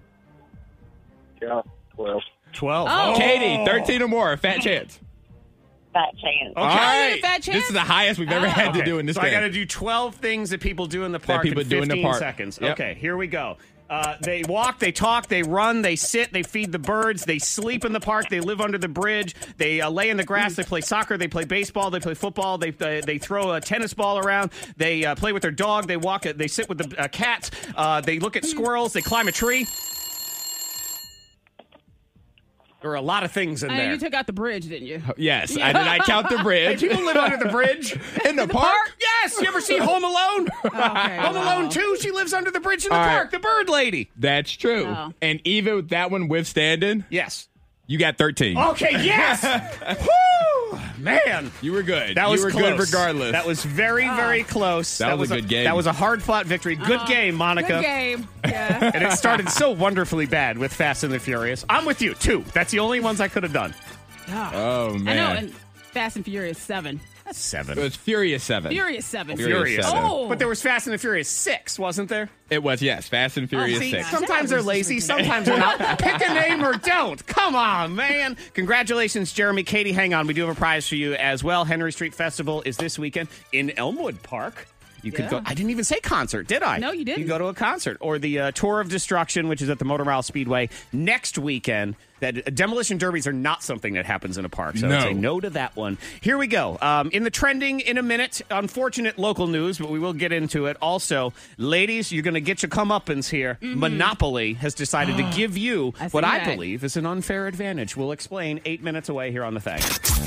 Yeah, twelve.
Twelve.
Oh.
Katie. Thirteen or more. Fat chance.
Fat chance.
Oh. Okay. Oh.
All
Counting
right.
a fat
This
chance?
is the highest we've ever had to
Okay,
do in this
so I
game.
got to do 12 things that people do in the park
people
in
do in
15
the park.
seconds.
Yep.
Okay, here we go. Uh, they walk, they talk, they run, they sit, they feed the birds, they sleep in the park, they live under the bridge, they uh, lay in the grass, they play soccer, they play baseball, they play football, they they, they throw a tennis ball around, they uh, play with their dog, they walk, they sit with the uh, cats, uh, they look at squirrels, they climb a tree. There are a lot of things in
I know
there.
Uh, you took out the bridge, didn't you?
Yes, I did. I count
(laughs)
the bridge.
People live under the bridge.
(laughs) in the, park?
(laughs) Yes, you ever see Home Alone? Home Alone
wow.
2, she lives under the bridge in the
All right.
park, the bird lady.
That's true.
Oh.
No.
And even with that one withstanding,
Yes.
you got 13.
Okay, (laughs) yes. Woo! Man.
You were good.
That was
you were
close.
good regardless.
That was very, very close.
That was a good game.
That was a hard fought victory. Good game, Monica.
(laughs)
Good game. Yeah.
And it started so wonderfully bad with Fast and the Furious. I'm with you, two. That's the only ones I could have done.
Oh man.
I know. And Fast and Furious Seven.
That's
it
seven.
was Furious 7.
Furious Seven.
Furious. Seven.
Oh.
But there was Fast and the Furious six, wasn't there?
It was yes, Fast and Furious
Oh, See,
6.
sometimes they're lazy, sometimes they're not. Pick a name or don't. Come on, man. Congratulations, Jeremy. Katie, hang on. We do have a prize for you as well. Henry Street Festival is this weekend in Elmwood Park. You could go.
Yeah.
I didn't even say concert, did I?
No, you didn't.
You go to a concert or the uh, Tour of Destruction, which is at the Motor Mile Speedway next weekend. That uh, demolition derbies are not something that happens in a park, so
No.
I'd say no to that one. Here we go. Um, in the trending in a minute, unfortunate local news, but we will get into it. Also, ladies, you're going to get your comeuppance here. Monopoly has
(gasps)
decided to give you
Mm-hmm. I
what
see
I
that.
believe is an unfair advantage. We'll explain eight minutes away here on the thing.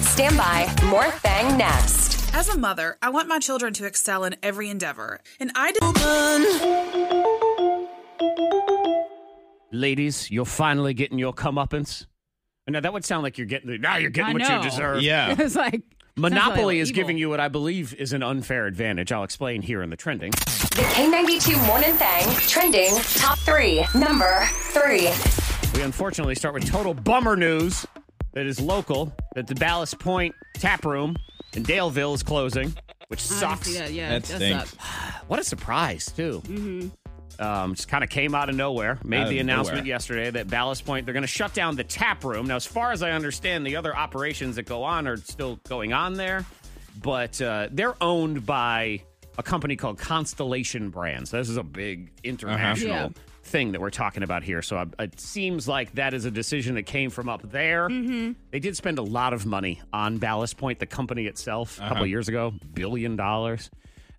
Stand by. More Thang next.
As a mother, I want my children to excel in every endeavor, and I do.
(laughs)
Ladies, you're finally getting your comeuppance. Now that would sound like you're getting the, now you're getting
I
what
know. (laughs)
you deserve.
Yeah.
it's like
Monopoly is
evil.
giving you what I believe is an unfair advantage. I'll explain here in the trending.
The K92 Morning Thing trending top three. Number three.
We unfortunately start with total bummer news that is local that the Ballast Point Tap Room in Daleville is closing, which sucks.
Yeah,
(laughs)
yeah,
That stinks.
sucks.
What a surprise, too. Um, just kind of came out of nowhere. Made
Out of
the announcement
nowhere.
yesterday that Ballast Point, they're going to shut down the tap room. Now, as far as I understand, the other operations that go on are still going on there, but uh, they're owned by a company called Constellation Brands. This is a big international
Yeah.
thing that we're talking about here. So I, it seems like that is a decision that came from up there. They did spend a lot of money on Ballast Point, the company itself, a
Uh-huh.
couple years ago, billion dollars.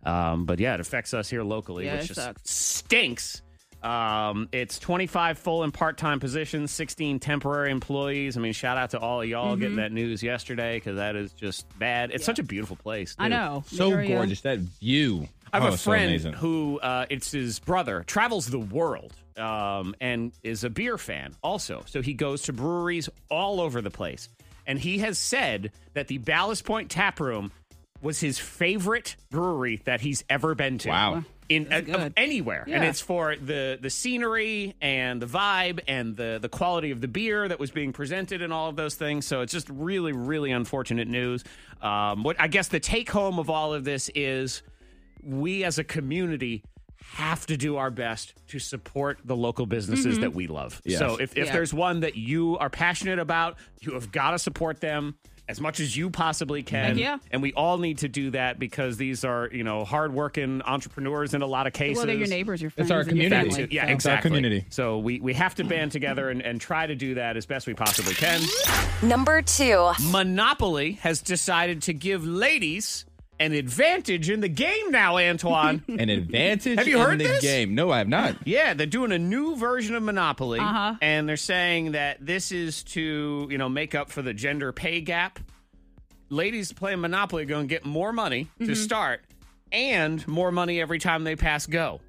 Um, but yeah, it affects us here locally,
Yeah,
which
it
just
sucks.
stinks. Um, it's 25 full and part time positions, 16 temporary employees. I mean, shout out to all of y'all
Mm-hmm.
getting that news yesterday because that is just bad. It's such a beautiful place.
I
too.
know.
So
Area.
gorgeous. That view.
I have
Oh,
a
so
friend
amazing.
who uh, it's his brother travels the world um, and is a beer fan also. So he goes to breweries all over the place, and he has said that the Ballast Point Tap Room was his favorite brewery that he's ever been to.
Wow.
In
That's
uh, of
good.
anywhere, and
Yeah.
it's for the the scenery and the vibe and the the quality of the beer that was being presented and all of those things. So it's just really, really unfortunate news. Um, what I guess the take home of all of this is we as a community have to do our best to support the local businesses that we love.
Yes.
So if, if
Mm-hmm. Yeah.
there's one that you are passionate about, you have got to support them as much as you possibly can.
Heck yeah.
And we all need to do that because these are, you know, hardworking entrepreneurs in a lot of cases.
Well, they're your neighbors, your friends.
our
and your
community.
family,
Yeah,
so-
It's our
exactly.
community.
So we, we have to band together and, and try to do that as best we possibly can.
Number two.
Monopoly has decided to give ladies an advantage in the game now, Antoine.
An (laughs) advantage
Have you
in
heard
the
this?
game. No, I have not.
Yeah, they're doing a new version of Monopoly,
Uh-huh.
and they're saying that this is to you know make up for the gender pay gap. Ladies playing Monopoly are going to get more money
Mm-hmm.
to start, and more money every time they pass go.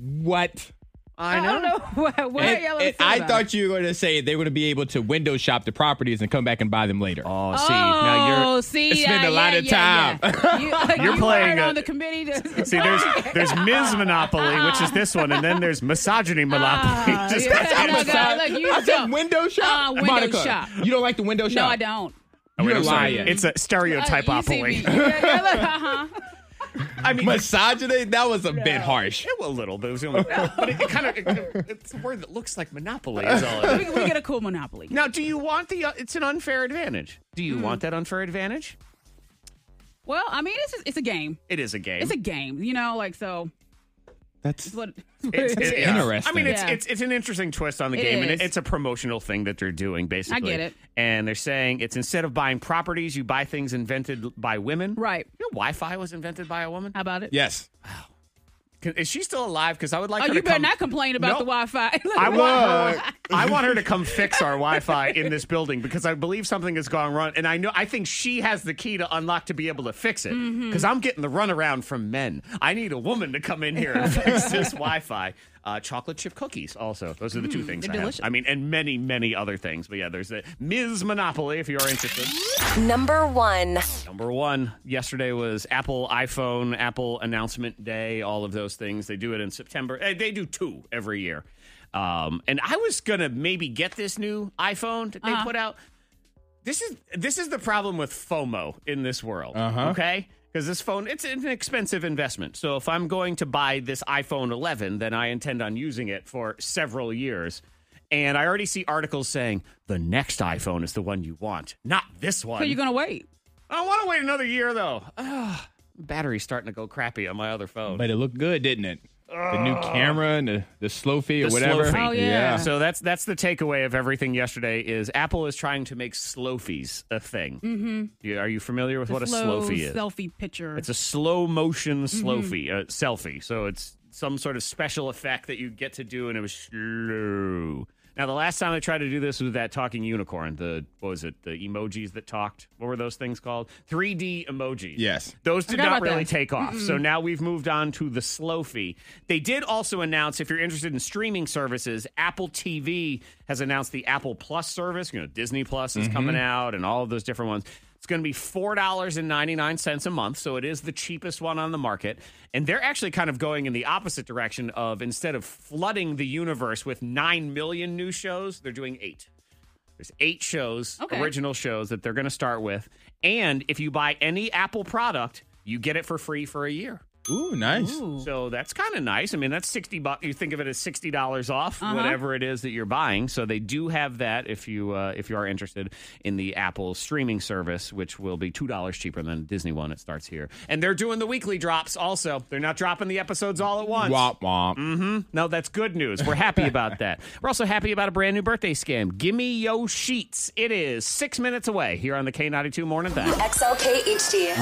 What?
I
I
know.
don't know (laughs) why, why
And-
y'all
and
upset
I
about it?
thought you were going to say they were going to be able to window shop the properties and come back and buy them later.
Oh,
Oh,
see, now you're
see,
it's been a
yeah,
lot
yeah,
of
yeah,
time.
Yeah. You,
(laughs) You're
you
playing
weren't
a-
on the committee.
(laughs) (laughs)
To,
see. There's there's Ms. Monopoly, which is this one, and then there's misogyny Monopoly.
Ah,
(laughs) Just-
yeah.
I'm
no,
sorry.
no, look, you
I said
don't-
window shop.
Uh, window
Monica,
shop.
You don't like the window shop?
no, I don't.
Oh, wait,
You're
I'm sorry.
lying.
It's a stereotypopoly.
Uh, you see me. Yeah, yeah, look, uh-huh.
(laughs) I mean,
Misogyny? That was a bit harsh.
Yeah, well, a little, but it was the
(laughs)
only. but it, it kind of it- it's a word that looks like monopoly. Is all it is.
we, we get a cool monopoly.
Now, do you want the? Uh, it's an unfair advantage. Do
Hmm.
you want that unfair advantage?
Well, I mean, it's just, it's a game.
It is a game.
It's a game, you know. Like so,
That's
what?
It's-
That's
it- yeah.
interesting.
I mean, it's,
Yeah.
it's it's an interesting twist on the
It
game, and
is.
it, it's a promotional thing that they're doing, basically.
it.
And they're saying it's instead of buying properties, you buy things invented by women.
Right. Uh,
You know, Wi-Fi was invented by a woman.
(laughs) How about it?
Yes.
Can- Is she still alive? Because I would like.
Oh,
her
you
to
better
come-
not complain about the
Nope.
Wi-Fi. (laughs) Look,
I
why-
want her, I want her to come fix our Wi-Fi in this building because I believe something has gone wrong, and I know I think she has the key to unlock to be able to fix it.
Mm-hmm.
Because I'm getting the runaround from men. I need a woman to come in here and
(laughs)
fix this Wi-Fi. Uh, chocolate chip cookies, also. Those are the two things. I,
Mm,
have.
they're delicious.
I mean, and many, many other things. But yeah, there's the Ms. Monopoly if you are interested.
Number one.
Number one, yesterday was Apple iPhone, Apple announcement day, all of those things. They do it in September. Eh, They do two every year. Um, and I was gonna maybe get this new iPhone that they put out. This is this is the problem with FOMO in this world.
Uh-huh.
Okay. Because this phone, it's an expensive investment. So if I'm going to buy this iPhone 11, then I intend on using it for several years. And I already see articles saying the next iPhone is the one you want, not this one.
So you're gonna wait?
I don't want to wait another year though. (sighs) Ugh. battery's starting to go crappy on my other phone.
But it looked good, didn't it? The new camera and the, the slow fee or
The
whatever.
slow fee.
Oh, yeah.
so that's that's the takeaway of everything yesterday is Apple is trying to make slow fees a thing. Mm-hmm. are you familiar with what a slow fee is?
selfie picture.
It's a slow motion slow fee, uh, selfie. So it's some sort of special effect that you get to do, and it was slow. Now, the last time I tried to do this was that talking unicorn. The what was it? The emojis that talked. What were those things called? 3D emojis.
Yes.
those did
Forgot
not
about
really
that.
take off. So now we've moved on to the slow fee. They did also announce, if you're interested in streaming services, Apple
Mm-hmm.
TV has announced the Apple Plus service. You know, Disney Plus is coming out, and all of those different ones. It's going to be $4.99 a month, so it is the cheapest one on the market. And they're actually kind of going in the opposite direction of instead of flooding the universe with 9 million new shows, they're doing 8. There's 8 shows,
Okay.
original shows that they're going to start with. And if you buy any Apple product, you get it for free for a year.
Ooh, nice.
So that's kind of nice. I mean, that's 60 bucks. You think of it as $60 off whatever it is that you're buying. So they do have that if you uh, if you are interested in the Apple streaming service, which will be $2 cheaper than the Disney one. It starts here. And they're doing the weekly drops also. They're not dropping the episodes all at once.
Womp womp.
No, that's good news. We're happy about that. We're also happy about a brand new birthday scam. Gimme Yo Sheets. It is 6 minutes away here on the K92 Morning Thing.
XLK HD.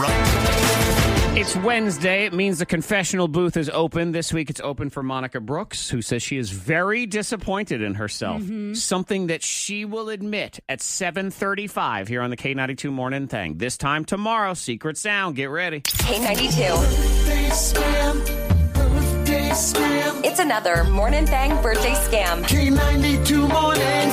It's Wednesday. It means the confessional booth is open. This week it's open for Monica Brooks, who says she is very disappointed in herself. Something that she will admit at 7:35 here on the K92 Morning Thing. This time tomorrow, Secret Sound. Get ready.
K92. It's another Morning Thang birthday scam.
K92 Morning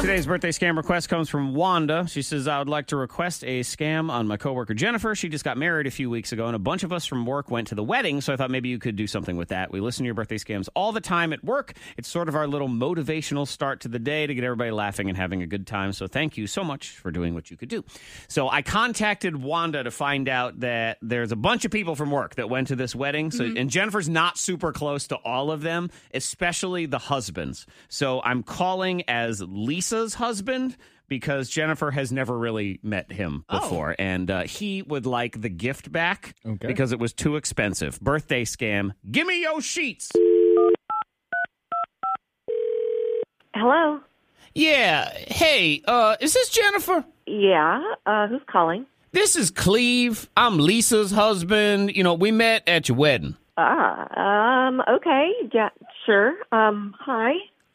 Today's birthday scam request comes from Wanda. She says, I would like to request a scam on my coworker Jennifer. She just got married a few weeks ago, and a bunch of us from work went to the wedding, so I thought maybe you could do something with that. We listen to your birthday scams all the time at work. It's sort of our little motivational start to the day to get everybody laughing and having a good time. So thank you so much for doing what you could do. So I contacted Wanda to find out that there's a bunch of people from work that went to this wedding. So and Jennifer's not super close to all of them, especially the husbands. So I'm calling as Lisa's husband because Jennifer has never really met him before, and uh, he would like the gift back
Okay.
because it was too expensive. Birthday scam. Give me your sheets.
Hello.
Yeah. Hey. Uh, is this Jennifer?
Yeah. Uh, who's calling?
This is Cleve. I'm Lisa's husband. You know, we met at your wedding.
Ah. Um. Okay. Yeah. Sure. Um. Hi.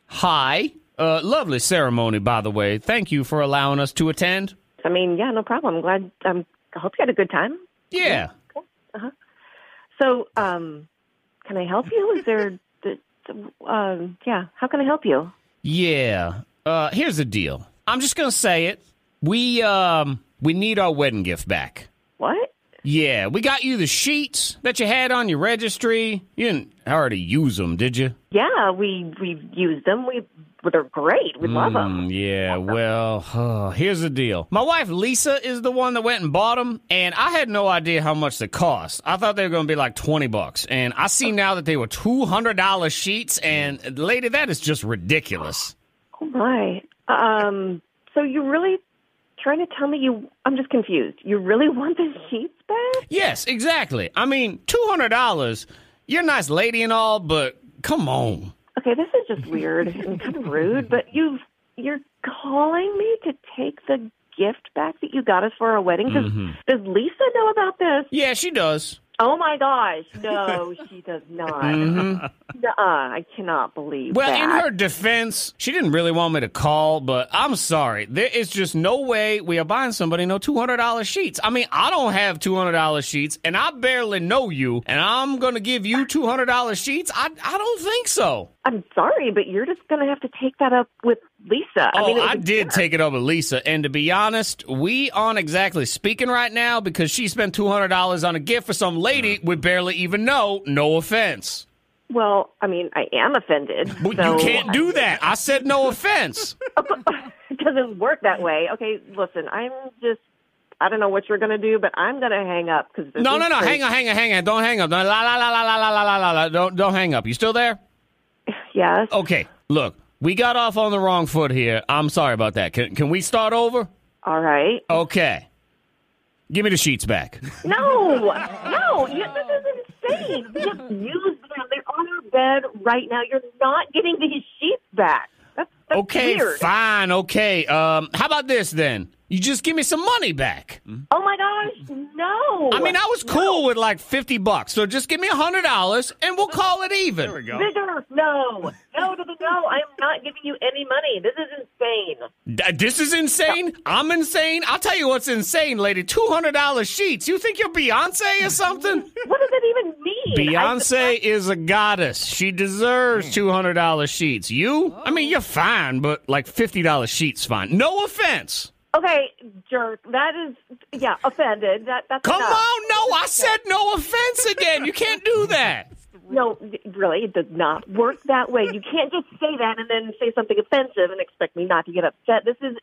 Hi. Uh, lovely ceremony, by the way. Thank you for allowing us to attend.
I mean, yeah. No problem. I'm glad. Um. I hope you had a good time.
Yeah.
So, um, can I help you? Is there? (laughs) th- th- Um. Yeah. How can I help you?
Yeah. Uh, here's the deal. I'm just gonna say it. We um we need our wedding gift back.
What?
Yeah, we got you the sheets that you had on your registry. You didn't already use them, did you?
Yeah. We we used them. We they're great. We love 'em. love them.
Mm, yeah, well, uh, here's the deal. My wife Lisa is the one that went and bought them, and I had no idea how much they cost. I thought they were going to be like 20 bucks, and I see now that they were $200 sheets, and lady, that is just ridiculous.
Oh my. Um. So you really trying to tell me you? I'm just confused. You really want the sheets back?
Yes, exactly. I mean, $200, you're a nice lady and all, but come on.
Okay. This is just weird and kind of rude. But you've you're calling me to take the gift back that you got us for our wedding. Does,
Mm-hmm.
does Lisa know about this?
Yeah, she does.
Oh my gosh! No, (laughs) she does not.
Mm-hmm.
Nuh-uh, I cannot believe
Well,
that.
in her defense, she didn't really want me to call, but I'm sorry. There is just no way we are buying somebody no $200 sheets. I mean, I don't have $200 sheets, and I barely know you, and I'm going to give you $200 sheets? I, I don't think so.
I'm sorry, but you're just going to have to take that up with
oh,
Lisa. I mean, it was
I
a-
did take it over Lisa, and to be honest, we aren't exactly speaking right now because she spent $200 on a gift for some lady we barely even know. No offense.
Well, I mean, I am offended.
But
so
you can't do that. I said no offense.
It doesn't work that way. Okay, listen, I'm just. I don't know what you're going to do, but I'm going to hang up because
No, no, no. Hang on, hang on, hang on. Don't hang up. No, La, la, la, la, la, la, la, la, la, la. Don't, don't hang up. You still there?
Yes.
Okay. Look, we got off on the wrong foot here. I'm sorry about that. Can, can we start over?
All right.
Okay. Give me the sheets (laughs) back.
No, no, you, this is insane. We have used them. They're on our bed right now. You're not getting these sheets back. That's, that's
Okay,
weird.
fine. Okay. Um, how about this then? You just give me some money back.
Oh my gosh, no.
I mean, I was cool with like fifty bucks, so just give me a hundred dollars and we'll call it even. There we go.
Bigger, no, no, no, no, no. I'm not giving you any money. This is insane.
This is insane. I'm insane. I'll tell you what's insane, lady. Two hundred dollars sheets. You think you're Beyonce or something?
What does that even mean?
Beyonce is a goddess. She deserves two hundred dollar sheets. You, I mean, you're fine, but like fifty dollar sheets, fine. No offense.
Okay, jerk. That is, yeah, offended. That that's
Come
enough.
on, no, I said no offense again. You can't do that.
No, really, it does not work that way. You can't just say that and then say something offensive and expect me not to get upset. This is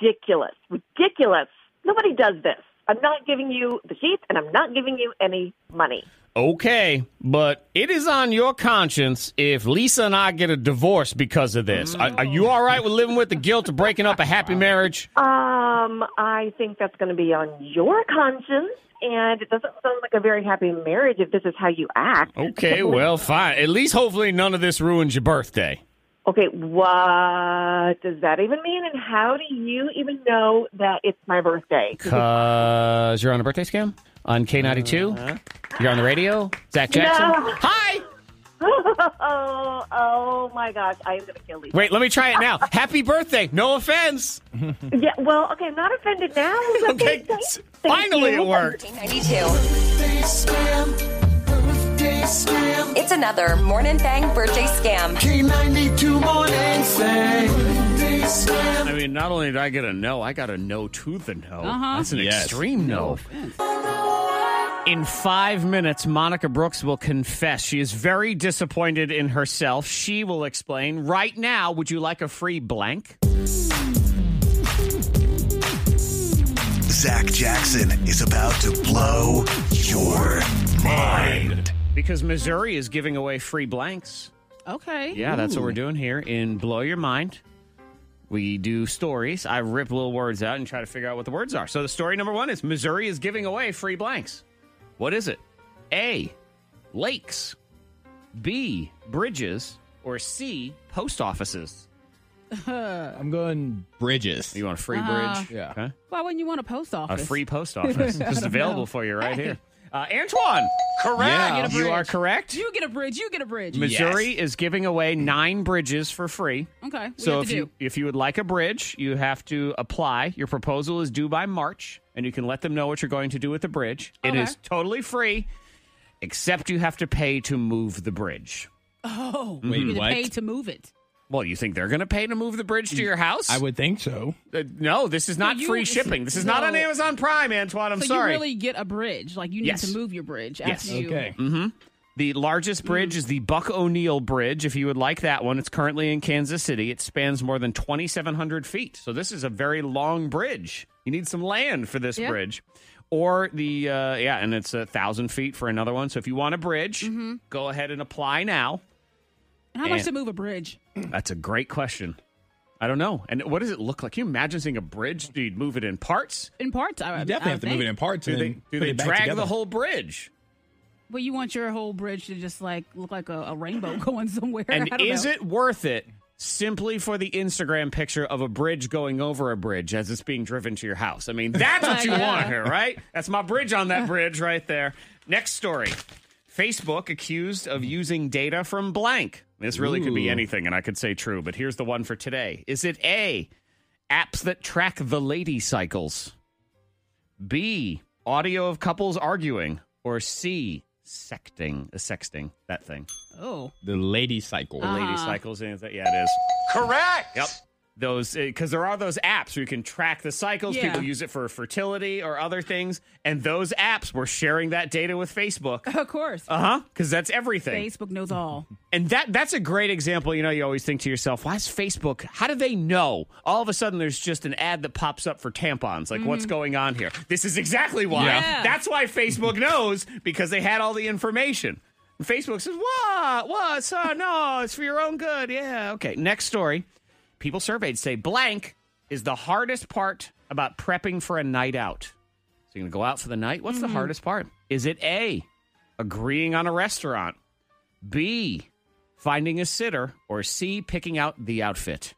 ridiculous. Ridiculous. Nobody does this. I'm not giving you the sheets and I'm not giving you any money.
Okay, but it is on your conscience if Lisa and I get a divorce because of this. Are, are you all right with living with the guilt of breaking up a happy marriage?
Um, I think that's going to be on your conscience. And it doesn't sound like a very happy marriage if this is how you act.
Okay, well, fine. At least hopefully none of this ruins your birthday.
Okay, what does that even mean? And how do you even know that it's my birthday?
Because Uh, you're on a birthday scam on K92. You're on the radio. Zach Jackson.
No.
Hi!
(laughs) oh, oh my gosh, I am going to kill you.
Wait, let me try it now. Happy birthday. No offense.
Yeah, well, okay, I'm not offended now.
Okay,
thank-
s-
thank
finally
you.
it worked.
K92.
Birthday scam. Birthday scam.
It's another Morning Thang birthday scam.
K92 morning thing. Birthday scam.
I mean, not only did I get a no, I got a no to the no.
Uh-huh.
That's an
Yes.
extreme no. In five minutes, Monica Brooks will confess she is very disappointed in herself. She will explain. Right now, would you like a free blank?
Zach Jackson is about to blow your mind.
Because Missouri is giving away free blanks.
Okay.
Yeah, that's what we're doing here in Blow Your Mind. We do stories. I rip little words out and try to figure out what the words are. So the story number one is Missouri is giving away free blanks. What is it? A. Lakes. B. Bridges. Or C. Post offices.
I'm going bridges.
You want a free
Uh-huh.
Uh,
bridge?
yeah.
Okay.
Why wouldn't you want a post
A
office?
free
(laughs)
post office. Just available for you right here. Uh, Antoine, correct.
Yeah. Get a
You
bridge.
are correct.
You get a bridge. You get a bridge.
Missouri is giving away nine bridges for free.
Okay. We
So
have
if
to do.
you if you would like a bridge, you have to apply. Your proposal is due by March, and you can let them know what you're going to do with the bridge. It
Okay.
is totally free, except you have to pay to move the bridge.
oh,
Mm-hmm.
Wait,
you get
what?
paid to move it.
Well, you think they're going to pay to move the bridge to your house?
Mm, I would think so.
Uh, no, this is not
you-
free shipping. This is not on
No.
Amazon Prime, Antoine. I'm
so
sorry.
you really get a bridge. Like you need
Yes.
to move your bridge.
Yes.
After you, Mm-hmm.
The largest bridge is the Buck O'Neill Bridge. If you would like that one, it's currently in Kansas City. It spans more than 2,700 feet. So this is a very long bridge. You need some land for this
Yeah.
bridge. Or the, uh, yeah, and it's a thousand feet for another one. So if you want a bridge, go ahead and apply now.
And how much
And-
to move a bridge?
That's a great question. I don't know. And what does it look like? Can you imagine seeing a bridge? Do you move it in parts?
In parts, I
You
would-
definitely
I
have to
would
move it
think.
in parts.
Do
and
they,
then
do
put
they
it back
drag
together.
the whole bridge?
Well, you want your whole bridge to just like look like a, a rainbow (laughs) going somewhere.
And
I don't
is
know.
it worth it simply for the Instagram picture of a bridge going over a bridge as it's being driven to your house? I mean, that's
(laughs)
what you
Yeah.
want here, right? That's my bridge on that bridge right there. Next story Facebook accused of using data from blank. This really could be
Ooh.
anything, and I could say true, but here's the one for today. Is it A, apps that track the lady cycles? B, audio of couples arguing? Or C, sexting? uh, Sexting, that thing
Oh, (laughs)
The lady cycle.
Uh,
lady cycles in. Is that- Yeah, it is. Correct. Yep. Those because there are those apps where you can track the cycles.
Yeah.
People use it for fertility or other things, and those apps were sharing that data with Facebook.
of course.
Uh huh. Because that's everything.
Facebook knows all.
And that that's a great example. You know, you always think to yourself, why is Facebook? How do they know? All of a sudden, there's just an ad that pops up for tampons. Like, what's going on here? This is exactly why.
Yeah.
That's why Facebook knows because they had all the information. And Facebook says, "What? What? So no, it's for your own good." Yeah. Okay. Next story. People surveyed say blank is the hardest part about prepping for a night out. So you're gonna go out for the night. What's the hardest part? Is it A, agreeing on a restaurant? B, finding a sitter, or C, picking out the outfit?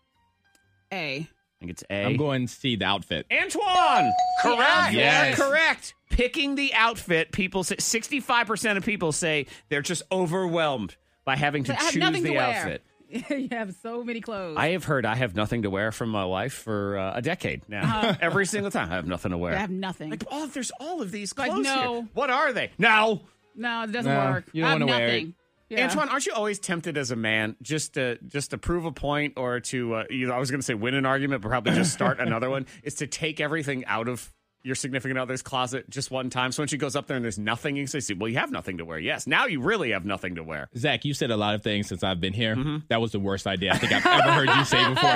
A.
I think it's A.
I'm going to see the outfit.
Antoine, correct.
Yes.
correct. Picking the outfit, people say sixty-five percent of people say they're just overwhelmed by having to
I have
choose
nothing
the
to wear.
outfit.
(laughs) you have so many clothes.
I have heard I have nothing to wear from my wife for uh, a decade now. Every single time I have nothing to wear.
I have nothing.
Like, oh, there's all of these
Like,
clothes
no.
here. What are they? No.
no, it doesn't
No,
work.
you don't
I have
wanna wear it.
nothing. Yeah. (laughs)
Antoine, aren't you always tempted as a man just to just to prove a point or to uh, you know I was going to say win an argument, but probably just
(laughs)
start another one is to take everything out of your significant other's closet just one time. So when she goes up there and there's nothing, you say, "See, "Well, you have nothing to wear." Yes, now you really have nothing to wear.
Zach, you said a lot of things since I've been here. That was the worst idea I think I've ever heard you say before
(laughs)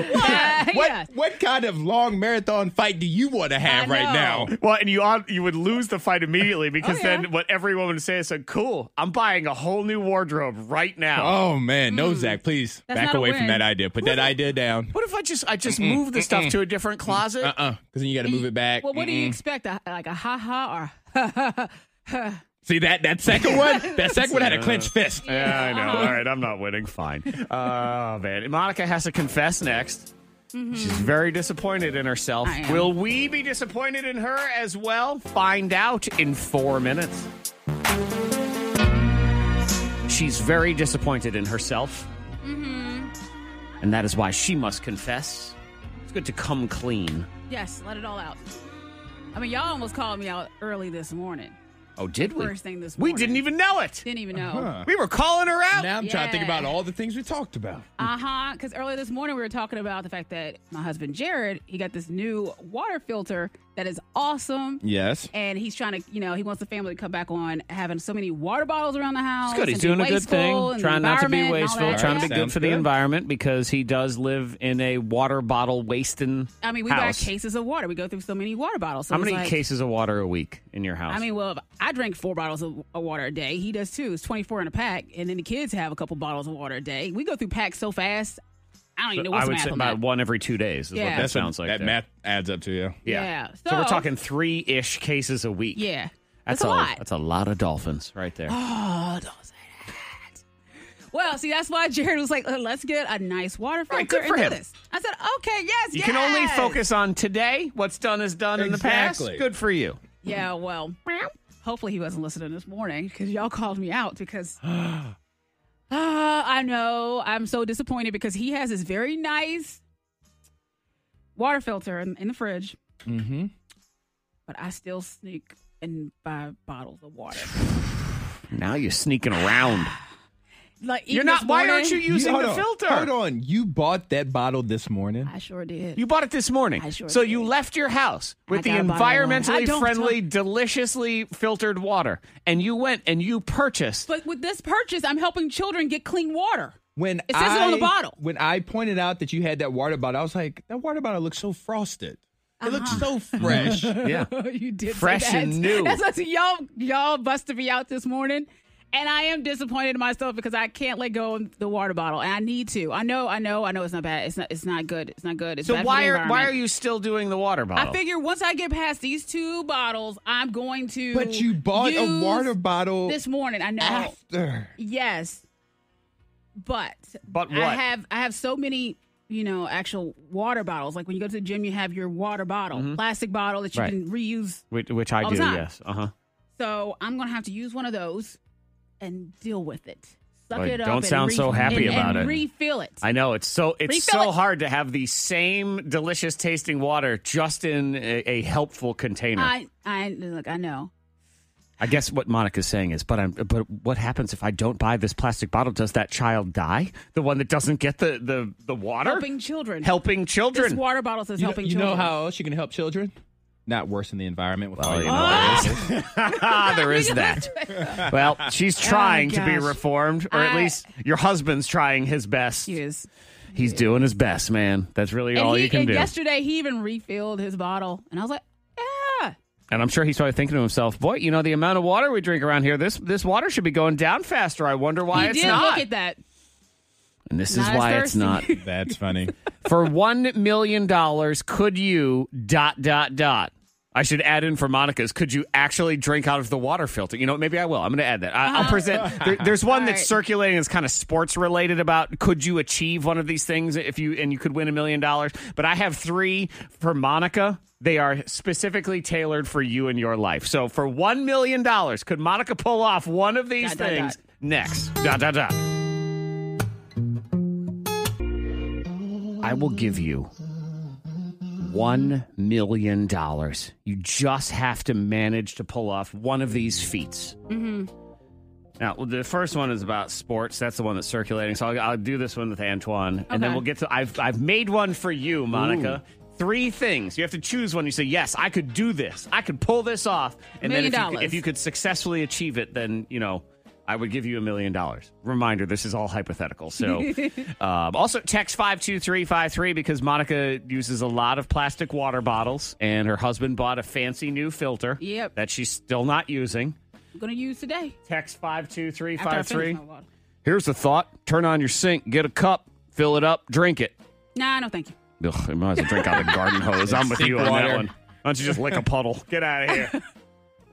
in your life.
Yeah,
What
yeah.
what kind of long marathon fight do you want to have
I
right now?
know.
Well, and you ought- you would lose the fight
(laughs)
immediately because
Oh, yeah.
then what every woman would say is, like, "Cool, I'm buying a whole new wardrobe right now."
Oh man, no, Zach, please
Mm. That's
back
not a
away from
win.
that idea. Put that idea down.
What if I just I just move the stuff to a different closet?
Uh uh because then you got to move it back.
Well, what do you expect? A, like a ha ha or
See that that second
(laughs)
one? That second one had a clenched fist.
Yeah, I know. All right, I'm not winning. Fine. Oh man, Monica has to confess next. She's very disappointed in herself.
Mm-hmm. I am.
Will we be disappointed in her as well? Find out in four minutes. She's very disappointed in herself.
Mm-hmm.
And that is why she must confess. It's good to come clean.
yes, let it all out. I mean, y'all almost called me out early this morning.
Oh, did we?
First thing this
we
morning.
didn't even know it.
Didn't even know.
We were calling her out.
Now I'm trying to think
Yeah.
about all the things we talked about.
Uh huh. Because earlier this morning we were talking about the fact that my husband Jared he got this new water filter that is awesome,
Yes.
and he's trying to you know he wants the family to cut back on having so many water bottles around the house.
It's good. He's
and be
doing a good
wasteful
thing,
and the
trying not to be
environment and all
wasteful, trying
that.
to
All
be
right,
good for the
sounds good.
environment because he does live in a water bottle wasting.
I mean, we
house.
buy cases of water. We go through so many water bottles. So
How
it's
many
like-
cases of water a week in your house?
I mean, well, if I drink four bottles of, of water a day. He does too. It's 24 in a pack. And then the kids have a couple bottles of water a day. We go through packs so fast. I don't even know what's
I
the
would
math
say
on
about
that.
one every two days is
Yeah.
what that
That's
sounds like.
that
there.
math adds up to you.
yeah.
Yeah,
So, we're
so-
talking three ish cases a week.
Yeah.
That's,
That's a lot.
That's a lot of dolphins right there.
Oh, don't say that. Well, see, that's why Jared was like, "Uh, let's get a nice water filter
Right, good for
and do
him.
this. I said, okay, yes,
you can only
yes."
focus on today. What's done is done in the
Exactly.
past. Good for you.
Yeah, well, hopefully he wasn't listening this morning because y'all called me out
(gasps)
because Ah, I know I'm so disappointed because he has this very nice water filter in, in the fridge,
Mm-hmm.
but I still sneak and buy bottles of water.
Now you're sneaking around.
Like even
you're not.
this
Why
morning-
aren't you using the filter?
Hold on. You bought that bottle this morning.
I sure did.
(laughs) You bought it this morning.
I sure
so
did.
you left your house with
I
the
got a bottle of wine. I
environmentally
don't
friendly, deliciously filtered water. And you went and you purchased.
but with this purchase, I'm helping children get clean water.
When
It says it
I,
on the bottle.
When I pointed out that you had that water bottle, I was like, that water bottle looks so frosted. It looks so fresh.
yeah.
Uh-huh. (laughs) you did say
Fresh and
that.
new.
(laughs) That's what y'all y'all busted me out this morning, and I am disappointed in myself because I can't let go of the water bottle, and I need to. I know, I know, I know. It's not bad. It's not. It's not good. It's not good. It's bad
So
for the
why are why
environment.
are you still doing the water bottle?
I figure once I get past these two bottles, I'm going to.
but you bought a
use
water bottle
this morning. I know.
after.
Yes, but
But
I
what?
have I have so many you know actual water bottles. Like when you go to the gym, you have your water bottle, plastic bottle that
Mm-hmm.
you
Right.
can reuse
which, which I
All the
do,
time.
yes. Uh huh.
So I'm gonna have to use one of those and deal with it. Suck
Like,
it up.
don't
and
sound so happy
and-
about
and
it.
Refill it.
I know it's so it's
Refill
so
it.
hard to have the same delicious tasting water just in a, a helpful container. I,
I, I look. I know.
guess what Monica's saying is, but I'm but what happens if I don't buy this plastic bottle? Does that child die? The one that doesn't get the the the water
Helping children.
helping
This
children.
water bottle says
You, know,
helping
you know
children.
how else you can help children? Not worsen the environment with all
Well, you
your
know
noise.
Ah,
(laughs)
there is that. Well, she's trying to be
Oh, gosh.
reformed, or at
I-
least your husband's trying his best.
He is.
He's doing his best, man. That's really
and
all
he,
you can
and
do.
yesterday he even refilled his bottle, and I was like, yeah.
and I'm sure he's probably thinking to himself, "Boy, you know the amount of water we drink around here. This this water should be going down faster. I wonder why
he
it's
did
not."
look at that.
and this is
Not as
why it's
thirsty. (laughs)
not.
(laughs) That's funny.
for one million dollars, could you dot dot dot? I should add in for Monica's. Could you actually drink out of the water filter? You know, maybe I will. I'm going to add that. I, I'll present. There, there's one
Uh-huh. All
that's
right.
circulating that's kind of sports related about could you achieve one of these things if you and you could win a million dollars. But I have three for Monica. They are specifically tailored for you and your life. So for one million dollars, could Monica pull off one of these
Dot, dot,
things
dot.
next? Dot dot dot. I will give you one million
Mm-hmm.
dollars. You just have to manage to pull off one of these feats. Now, the first one is about sports. That's the one that's circulating. So I'll, I'll do this one with Antoine, and then
Okay.
we'll get to. I've I've made one for you, Monica. Three things you have to choose one. You say yes, I could do this. I could pull this off. And
Million
then if you,
dollars.
if you could successfully achieve it, then you know I would give you a million dollars. Reminder: this is all hypothetical. So
(laughs)
um, also text five two three five three because Monica uses a lot of plastic water bottles, and her husband bought a fancy new filter.
Yep.
That she's still not using.
I'm gonna use today.
Text five two three
After I
five
finish
three.
my water.
Here's the thought: turn on your sink, get a cup, fill it up, drink it.
Nah, no, thank you.
Ugh, I might as well drink out of the
(laughs)
garden hose. I'm with
Sink
you on that
water.
one. Why don't you just lick a puddle? Get out of here.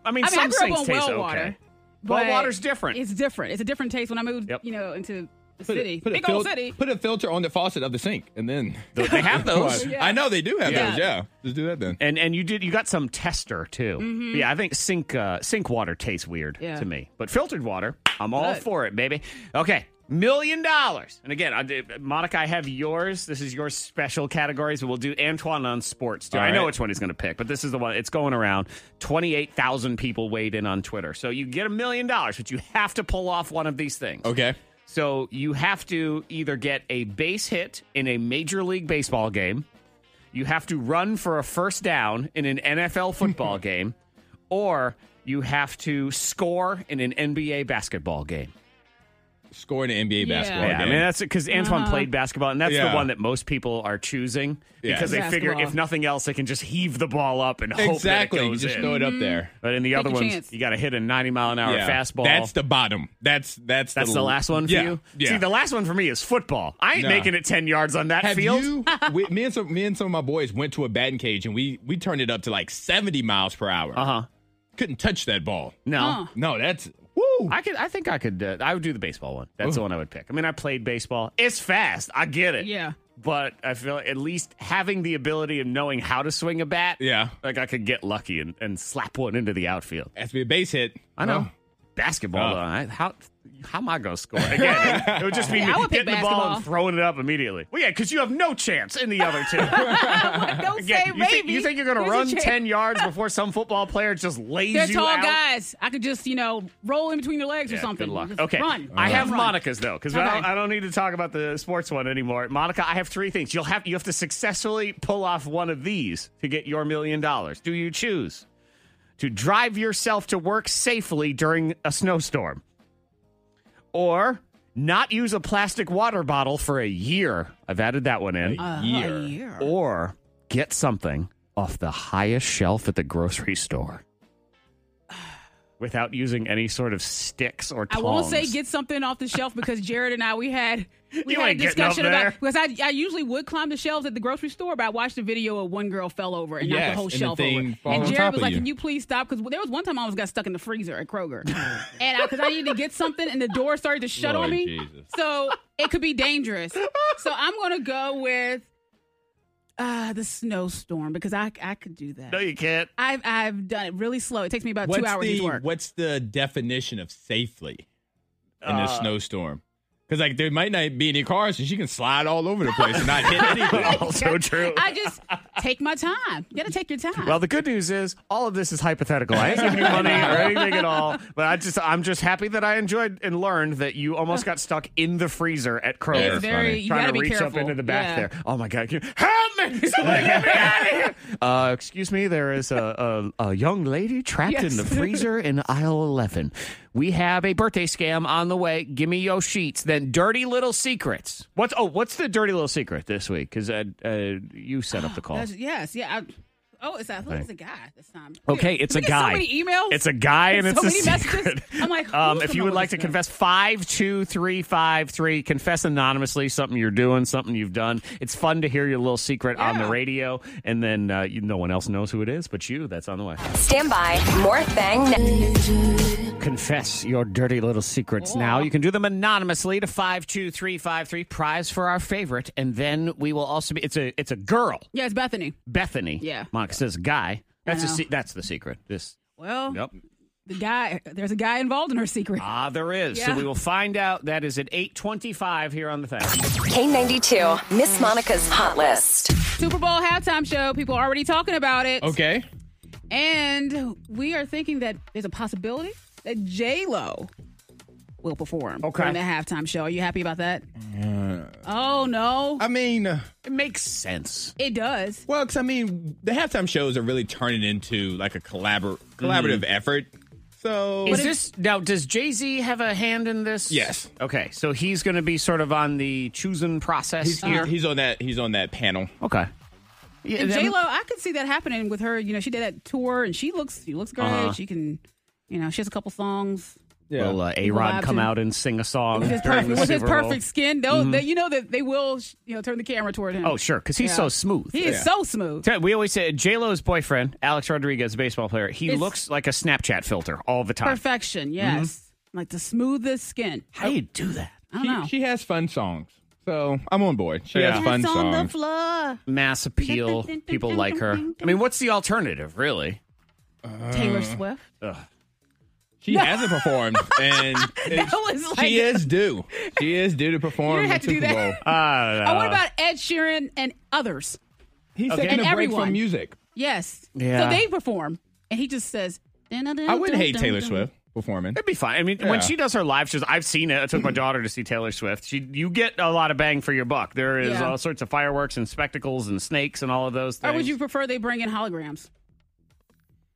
I mean,
I mean, I
some
grew up
sinks
on
taste
well
okay.
water.
well
but
water's different.
It's different. It's a different taste when I moved,
Yep.
you know, into the
Put a-
city.
put a
Big
fil-
old
(laughs)
city.
Put a filter on the faucet of the sink, and then
They
(laughs)
have those.
Yeah.
I know they do have
Yeah.
those. Yeah, just do that then.
And and you did you got some tester too. Yeah, I think sink uh, sink water tastes weird
Yeah.
to me, but filtered water, I'm all
Good.
for it, baby. Okay, million dollars. And again, I did, Monica, I have yours. This is your special categories, but we'll do Antoine on sports too.
All
I know
right.
which one he's going to pick, but this is the one. It's going around. Twenty eight thousand people weighed in on Twitter, so you get a million dollars, but you have to pull off one of these things.
Okay.
So you have to either get a base hit in a major league baseball game, you have to run for a first down in an NFL
(laughs)
football game, or you have to score in an NBA basketball game.
Score an NBA
Yeah.
basketball
Yeah, I
game.
mean that's because Antoine
Uh-huh.
played basketball, and that's the
Oh, Yeah.
one that most people are choosing
Yeah.
because they figure
Basketball.
if nothing else, they can just heave the ball up and hope
exactly.
that it
You
goes
just
in.
throw it up there.
But in the other
a
ones,
chance.
you got to hit a ninety mile an hour
Yeah.
Mm-hmm. fastball.
That's the bottom. That's that's
That's the last one for
yeah.
you.
Yeah.
See, the last one for me is football. I ain't
Nah.
making it ten yards on that
have
field. (laughs)
you? we, me and some me and some of my boys went to a batting cage and we we turned it up to like seventy miles per hour.
Uh huh.
Couldn't touch that ball.
No,
Huh.
No, that's woo.
I could. I think I could. Uh, I would do the baseball one. That's the one I would pick. I mean, I played baseball. It's fast. I get it.
Yeah.
But I feel at least having the ability of knowing how to swing a bat.
Yeah.
Like I could get lucky and, and slap one into the outfield.
Has to be a base hit.
I know.
Oh.
Basketball,
Oh.
though, I, how how am I gonna score again? It would just be
(laughs) Yeah,
me
I would pick
getting the ball
basketball.
and throwing it up immediately. Well, yeah, because you have no chance in the other
(laughs)
two.
Don't
Again,
say
you,
maybe.
think, you think you're going to
There's a
run
chance.
10 yards before some football player just lays
They're
you
tall
out?
guys. I could just, you know, roll in between your legs
Yeah,
or something.
Good luck.
Just
Okay.
Run.
I have
Run.
Monica's though, because I,
Okay.
don't, I don't need to talk about the sports one anymore. Monica, I have three things. You'll have you have to successfully pull off one of these to get your million dollars. Do you choose to drive yourself to work safely during a snowstorm, or not use a plastic water bottle for a year? I've added that one in.
Uh,
Year.
A year.
or get something off the highest shelf at the grocery store (sighs) without using any sort of sticks or
I
tongs.
won't say get something off the shelf because Jared and I we had we
You
had a
ain't getting up
discussion
there.
about because I, I usually would climb the shelves at the grocery store, but I watched a video of one girl fell over and knocked the
Yes,
whole
and the
shelf
thing
over.
falls
And
on
Jared
top
was
of
like,
you.
"Can you please stop?" Because there was one time I almost got stuck in the freezer at Kroger, and because I, needed to get something, and the door started to shut
Lord
on me,
Jesus.
so it could be dangerous. So I'm gonna go with uh, the snowstorm because I I could do that.
No, you can't.
I've I've done it really slow. It takes me about
What's
two hours
the
to work.
what's the definition of safely in a
Uh,
snowstorm? Because like there might not be any cars, and she can slide all over the place and not
(laughs)
hit anything.
also true.
I just take my time. You gotta take your time.
well, the good news is all of this is hypothetical. I ain't giving you money
(laughs)
or anything at all. But I just, I'm just happy that I enjoyed and learned that you almost got stuck in the freezer at Kroger.
It's very- funny. you
trying
gotta
to
be
reach up
careful.
into the back
Yeah.
there. Oh my god! Can you- help me! Somebody get me out of here! Uh, excuse me. There is a, a, a young lady trapped in
Yes. (laughs)
the freezer in aisle eleven. We have a birthday scam on the way. Give me your sheets. Then dirty little secrets. What's oh? What's the dirty little secret this week? Because uh, uh, you set up the call.
(gasps) That's- yes, yeah. I, oh, it's I thought it was a guy this time.
Okay,
Dude,
it's
we
a
get
guy.
So many emails.
It's a guy, and it's
so
a
many
secret.
messages. I'm like,
(laughs) Um,
who's
if
come
you
up
would
with
like to
this stuff?
confess, five two three five three. Confess anonymously something you're doing, something you've done. It's fun to hear your little secret on the
Yeah.
radio, and then uh, you, no one else knows who it is but you. That's on the way.
Stand by. More Thang ne-
Confess your dirty little secrets
Oh.
now. You can do them anonymously to five two three five three. Prize for our favorite, and then we will also be. It's a it's a girl,
Yeah, it's Bethany.
Bethany.
Yeah.
Monica says guy. That's a,
know.
se- that's the secret. This.
Well,
Yep.
the guy. There's a guy involved in her secret.
Ah, there is. So
Yeah.
we will find out. That is at 825 here on the thing.
K92. Miss Monica's hot list.
Super Bowl halftime show. People are already talking about it.
okay.
And we are thinking that there's a possibility that J Lo will perform okay. during the halftime show. Are you happy about that? Oh no!
I mean, uh,
it makes sense.
It does.
Well, because I mean, the halftime shows are really turning into like a collabor- collaborative effort. So
Is this now? Does Jay Z have a hand in this?
Yes.
Okay, so he's going to be sort of on the choosing process
He's,
here.
he's on that. He's on that panel.
Okay. Yeah, uh,
and
that-
J Lo, I could see that happening with her. You know, she did that tour, and she looks she looks great.
Uh-huh.
She can, you know, she has a couple songs.
Will uh, A
People
Rod
vibe
come
to-
out and sing a song
With his
during
perfect,
the
with his mm-hmm.
Super Bowl?
perfect skin, though,
Mhm.
that you know that they will, sh- you know, turn the camera toward him.
Oh, sure, because he's
Yeah.
so smooth.
He is so smooth.
Tell- We always say J Lo's boyfriend, Alex Rodriguez, baseball player. He
It's-
looks like a Snapchat filter all the time.
Perfection, yes, like the smoothest skin.
How do you do that?
I don't know.
She has fun songs, so I'm on board. She
Yeah.
has fun
It's on the
songs.
floor.
Mass appeal. People like her. I mean, what's the alternative, really?
Taylor Swift.
Ugh.
She hasn't
(laughs)
performed, and, and
That was like.
she is
(laughs)
due. She is due to perform.
You didn't
in
have to do
Super
that.
Bowl.
Oh,
Uh,
what about Ed Sheeran and others?
He's
Okay.
taking
And
a break
everyone.
from music.
Yes.
Yeah.
So they perform, and he just says,
I wouldn't hate Taylor Swift performing.
It'd be fine. I mean, when
Yeah.
she does her live shows, I've seen it. I
(clears throat)
took my daughter to see Taylor Swift. She, you get a lot of bang for your buck. There is
Yeah.
all sorts of fireworks and spectacles and snakes and all of those things.
Or would you prefer they bring in holograms?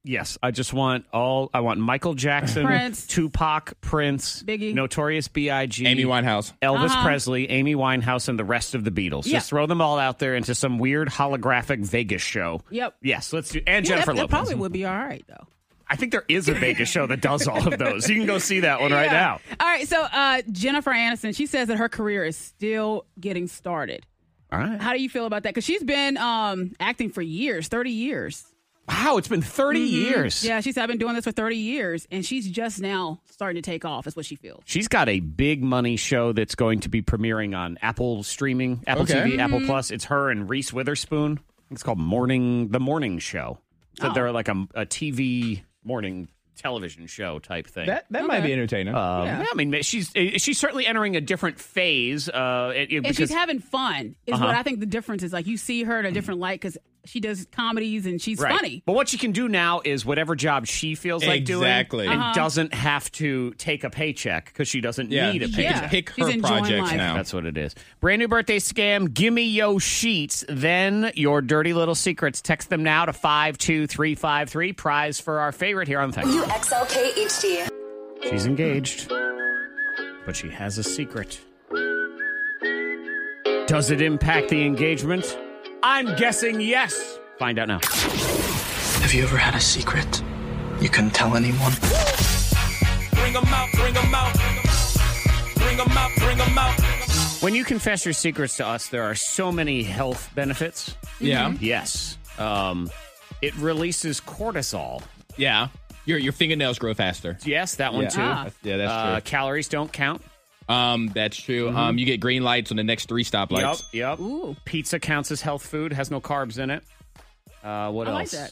Yes, I just want all. I want Michael Jackson,
Prince.
Tupac, Prince,
Biggie.
Notorious B.I.G.,
Amy Winehouse.
Elvis
Uh-huh.
Presley, Amy Winehouse, and the rest of the Beatles.
Yeah.
Just throw them all out there into some weird holographic Vegas show.
Yep.
Yes, let's do. And
Yeah,
Jennifer
that, that
Lopez.
probably would be all right, though.
I think there is a Vegas show that does all of those. You can go see that one right
(laughs) Yeah.
now.
All right, so uh, Jennifer Aniston, she says that her career is still getting started.
All right.
How do you feel about that? Because she's been um, acting for years, 30 years.
Wow, it's been 30 years.
Yeah, she said, I've been doing this for 30 years, and she's just now starting to take off, is what she feels.
She's got a big money show that's going to be premiering on Apple streaming, Apple
Okay.
TV, Apple Plus. It's her and Reese Witherspoon. It's called Morning the Morning Show. So
Oh.
they're like a, a TV morning television show type thing.
That that might
Okay.
be entertaining.
um,
yeah.
yeah, I mean, she's eh, she's certainly entering a different phase. Uh, it- it-
and
because
she's having fun is
Uh-huh.
what I think the difference is. Like you see her in a different light because she does comedies and she's
Right.
funny.
But what she can do now is whatever job she feels like doing.
Exactly.
And
Uh-huh.
doesn't have to take a paycheck because she doesn't
yeah,
need a
she
paycheck.
can
Yeah.
pick
She's
her
enjoying
projects
life.
now.
That's what it is. Brand new birthday scam. Gimme yo sheets. Then your dirty little secrets. Text them now to 52353. Prize for our favorite here on Thanks.
UXLK HD.
She's engaged, but she has a secret. Does it impact the engagement? I'm guessing yes. Find out now.
Have you ever had a secret you couldn't tell anyone?
Bring 'em out, bring 'em out. Bring 'em out, bring 'em out.
When you confess your secrets to us, there are so many health benefits.
Yeah,
Yes. Um, it releases cortisol.
yeah. Your your fingernails grow faster.
Yes, that one
Yeah.
too.
Ah.
Yeah, that's
uh, Calories don't count.
true. Um, that's true. Um, you get green lights on the next three stoplights.
Yep. Yep.
Ooh.
Pizza counts as health food. Has no carbs in it. Uh, what
I like
else?
that.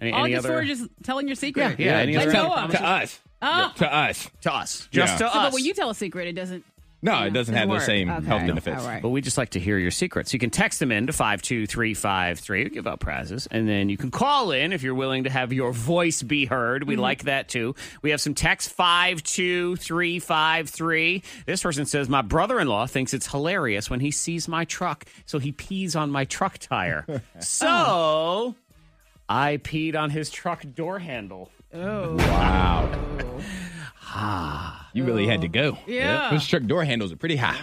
Any,
All
any
just for
other?
just telling your secret.
Yeah, any
Let
other-
go
to,
of
to
it.
us.
Ah.
Oh.
To us.
to us. Just to
Yeah. So,
us.
So, but when you tell a secret, it doesn't.
No,
you know,
it doesn't have the
work.
same
Okay.
health benefits.
All right.
But we just like to hear your secrets. You can text them in to 52353. We give out prizes. And then you can call in if you're willing to have your voice be heard. We like that too. We have some text 52353. This person says, My brother in law thinks it's hilarious when he sees my truck, so he pees on my truck tire. so I peed on his truck door handle.
Wow. you really had to go.
Yeah.
Those truck door handles are
(laughs)
pretty high.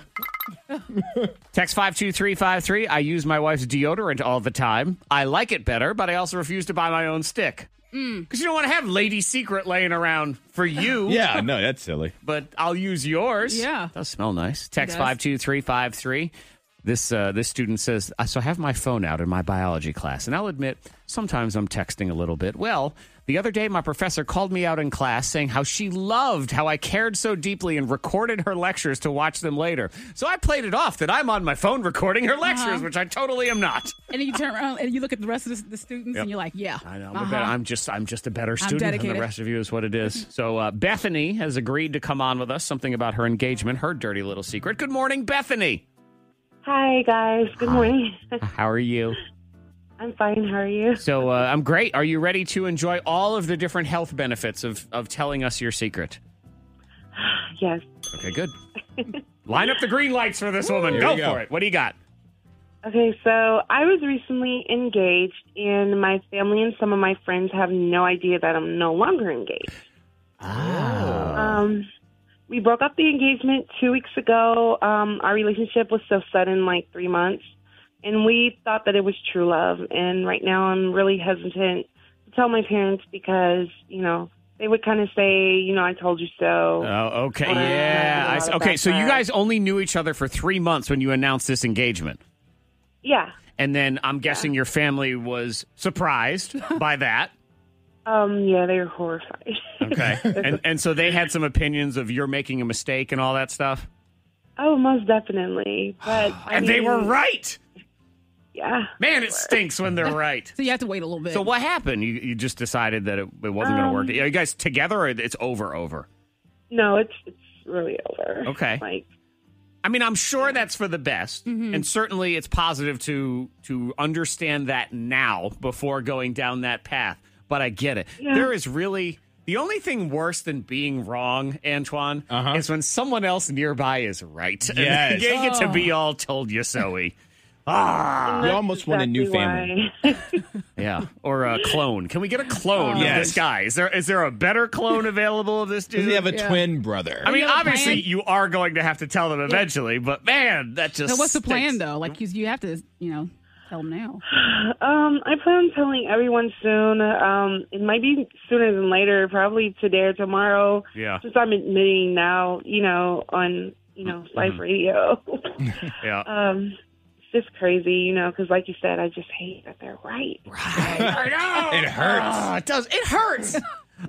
Text 52353. I use my wife's deodorant all the time. I like it better, but I also refuse to buy my own stick. Because you don't want to have Lady Secret laying around for you.
Yeah, no, that's silly.
But I'll use yours.
Yeah.
Does smell nice. Text
It does.
52353. This, uh, this student says, "Uh, So I have my phone out in my biology class, and I'll admit sometimes I'm texting a little bit. Well, the other day, my professor called me out in class saying how she loved how I cared so deeply and recorded her lectures to watch them later. So I played it off that I'm on my phone recording her lectures,
Uh-huh.
which I totally am not.
And then you turn around and you look at the rest of the, the students
Yep.
and you're like, yeah.
I know. I'm, a
Uh-huh.
better, I'm just I'm just a better student than the
dedicated.
rest of you is what it is. So uh, Bethany has agreed to come on with us. Something about her engagement, her dirty little secret. Good morning, Bethany.
Hi, guys. Good morning.
(laughs) How are you?
I'm fine. How are you?
So uh, I'm great. Are you ready to enjoy all of the different health benefits of of telling us your secret?
(sighs) yes.
Okay,
(laughs)
good. Line up the green lights for this woman.
Here
Go,
we go.
for it. What do you got?
Okay, so I was recently engaged, and my family and some of my friends have no idea that I'm no longer engaged. Um, we broke up the engagement two weeks ago. Um, our relationship was so sudden, like three months, and we thought that it was true love. And right now, I'm really hesitant to tell my parents because you know they would kind of say, you know, I told you so.
Oh, okay.
Um,
Yeah.
I
I
don't
see.
know
Okay,
about
so you
that.
guys only knew each other for three months when you announced this engagement.
Yeah.
And then I'm guessing your family was
(laughs)
surprised by that.
Um. Yeah, they were horrified.
Okay. and, and so they had some opinions of you're making a mistake and all that stuff.
Oh, most
(sighs)
definitely. But I
and they were
mean,
right.
Yeah.
Man, it stinks when they're right.
So you have to wait a little
(laughs)
bit.
So what happened? You, you just decided that it, it wasn't going to work.
Um,
Are you guys together or it's over over?
No, it's it's really over.
Okay.
Like Mm-hmm.
I mean, I'm sure that's for the best, and certainly it's positive to to understand that now before going down that path. But I get it.
Yeah.
There is really the only thing worse than being wrong, Antoine, is when someone else nearby is right. (laughs)
Uh-huh. Yes.
And they get to
Oh.
be all told you so Ah,
You almost want a new
exactly
family.
why-
yeah, or a clone. Can we get a clone of
Yes.
this guy? Is there is there a better clone available of this dude?
Does he have a twin brother?
I mean,
You have a
obviously,
plan?
you are going to have to tell them eventually, but man, that just.
So what's the
stinks.
plan though? Like you, you have to, you know, tell them now.
Um, I plan on telling everyone soon. Um, it might be sooner than later, probably today or tomorrow.
Yeah.
uh,
Since I'm admitting now, you know, on you know live radio.
Yeah.
uh,
um, it's just crazy, you know, because like you said, I just hate that they're right.
(laughs) It hurts.
Ah, it does. It
(laughs)
hurts.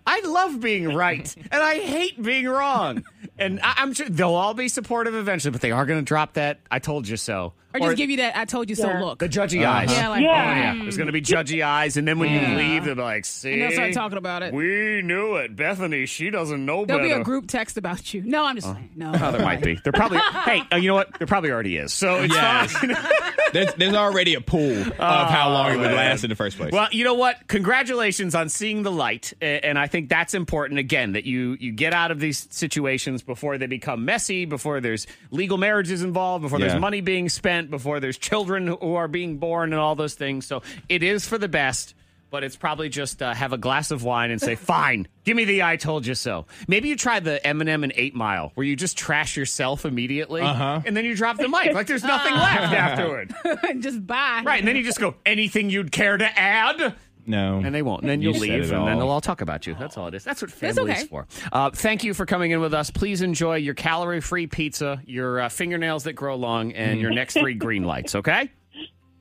I love being right, and I hate being wrong. And I, I'm sure they'll all be supportive eventually, but they are going to drop that "I told you so"
Or just give you that I told you
Yeah.
so look.
the judgy
Uh-huh.
eyes.
Yeah, like
Yeah.
oh,
Yeah, there's going to be judgy eyes, and then when you leave, they'll be like, "See,"
And they'll start talking about it.
We knew it, Bethany. She doesn't know
There'll be
better.
a group text about you. No, I'm just saying. No.
Oh, there might be. There probably. hey, uh, you know what? There probably already is. So it's
Yes.
fine.
(laughs)
Ah,
There's, there's already a pool of how long it would last in the first place.
Well, you know what? Congratulations on seeing the light, a- and I think that's important. Again, that you you get out of these situations before they become messy, before there's legal marriages involved, before
Yeah.
there's money being spent, before there's children who are being born, and all those things. So it is for the best. But it's probably just uh, have a glass of wine (laughs) and say, "Fine, give me the I told you so." Maybe you try the Eminem and Eight Mile, where you just trash yourself immediately,
Uh-huh.
and then you drop the mic like there's (laughs) nothing left afterward.
(laughs) just bye.
Uh-huh. Right, and then you just go, anything you'd care to add?
no.
And they won't. And then
You
you'll
said
leave,
it
and then
all.
they'll all talk about you. That's all it is. That's what
That's
family's
okay.
for. Uh, thank you for coming in with us. Please enjoy your calorie free pizza, your uh, fingernails that grow long, and your next three green lights, okay?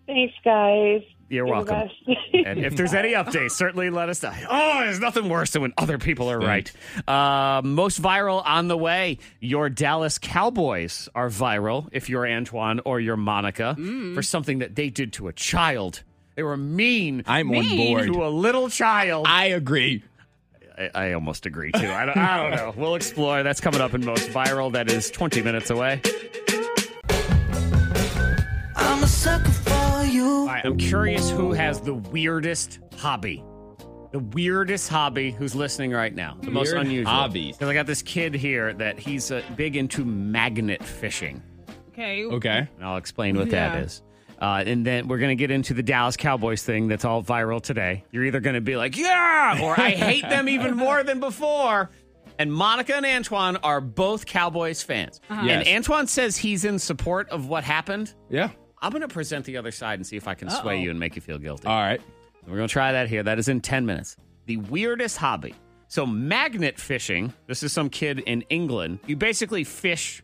Thanks, guys.
You're
You're the
welcome.
best. (laughs)
And if there's any updates, certainly let us know. Oh, there's nothing worse than when other people are right. Uh, most viral on the way. Your Dallas Cowboys are viral if you're Antoine or you're Monica
Mm.
for something that they did to a child. They were mean.
I'm on
mean
board.
to a little child.
I agree.
I, I almost agree too. I don't, I don't know. We'll explore. That's coming up in most viral. That is 20 minutes away.
I'm a sucker for you.
All right, I'm curious who has the weirdest hobby. The weirdest hobby who's listening right now. The most
Weird
unusual.
hobbies.
Because I got this kid here that he's uh, big into magnet fishing.
Okay.
Okay.
And I'll explain what
Yeah.
that is. Uh, and then we're going to get into the Dallas Cowboys thing that's all viral today. You're either going to be like, yeah, or I hate them
(laughs)
even more than before. And Monica and Antoine are both Cowboys fans.
Uh-huh. Yes.
And Antoine says he's in support of what happened.
Yeah.
I'm going to present the other side and see if I can sway
Uh-oh.
you and make you feel guilty.
All right.
We're going to try that here. That is in 10 minutes. The weirdest hobby. So, magnet fishing. This is some kid in England. You basically fish,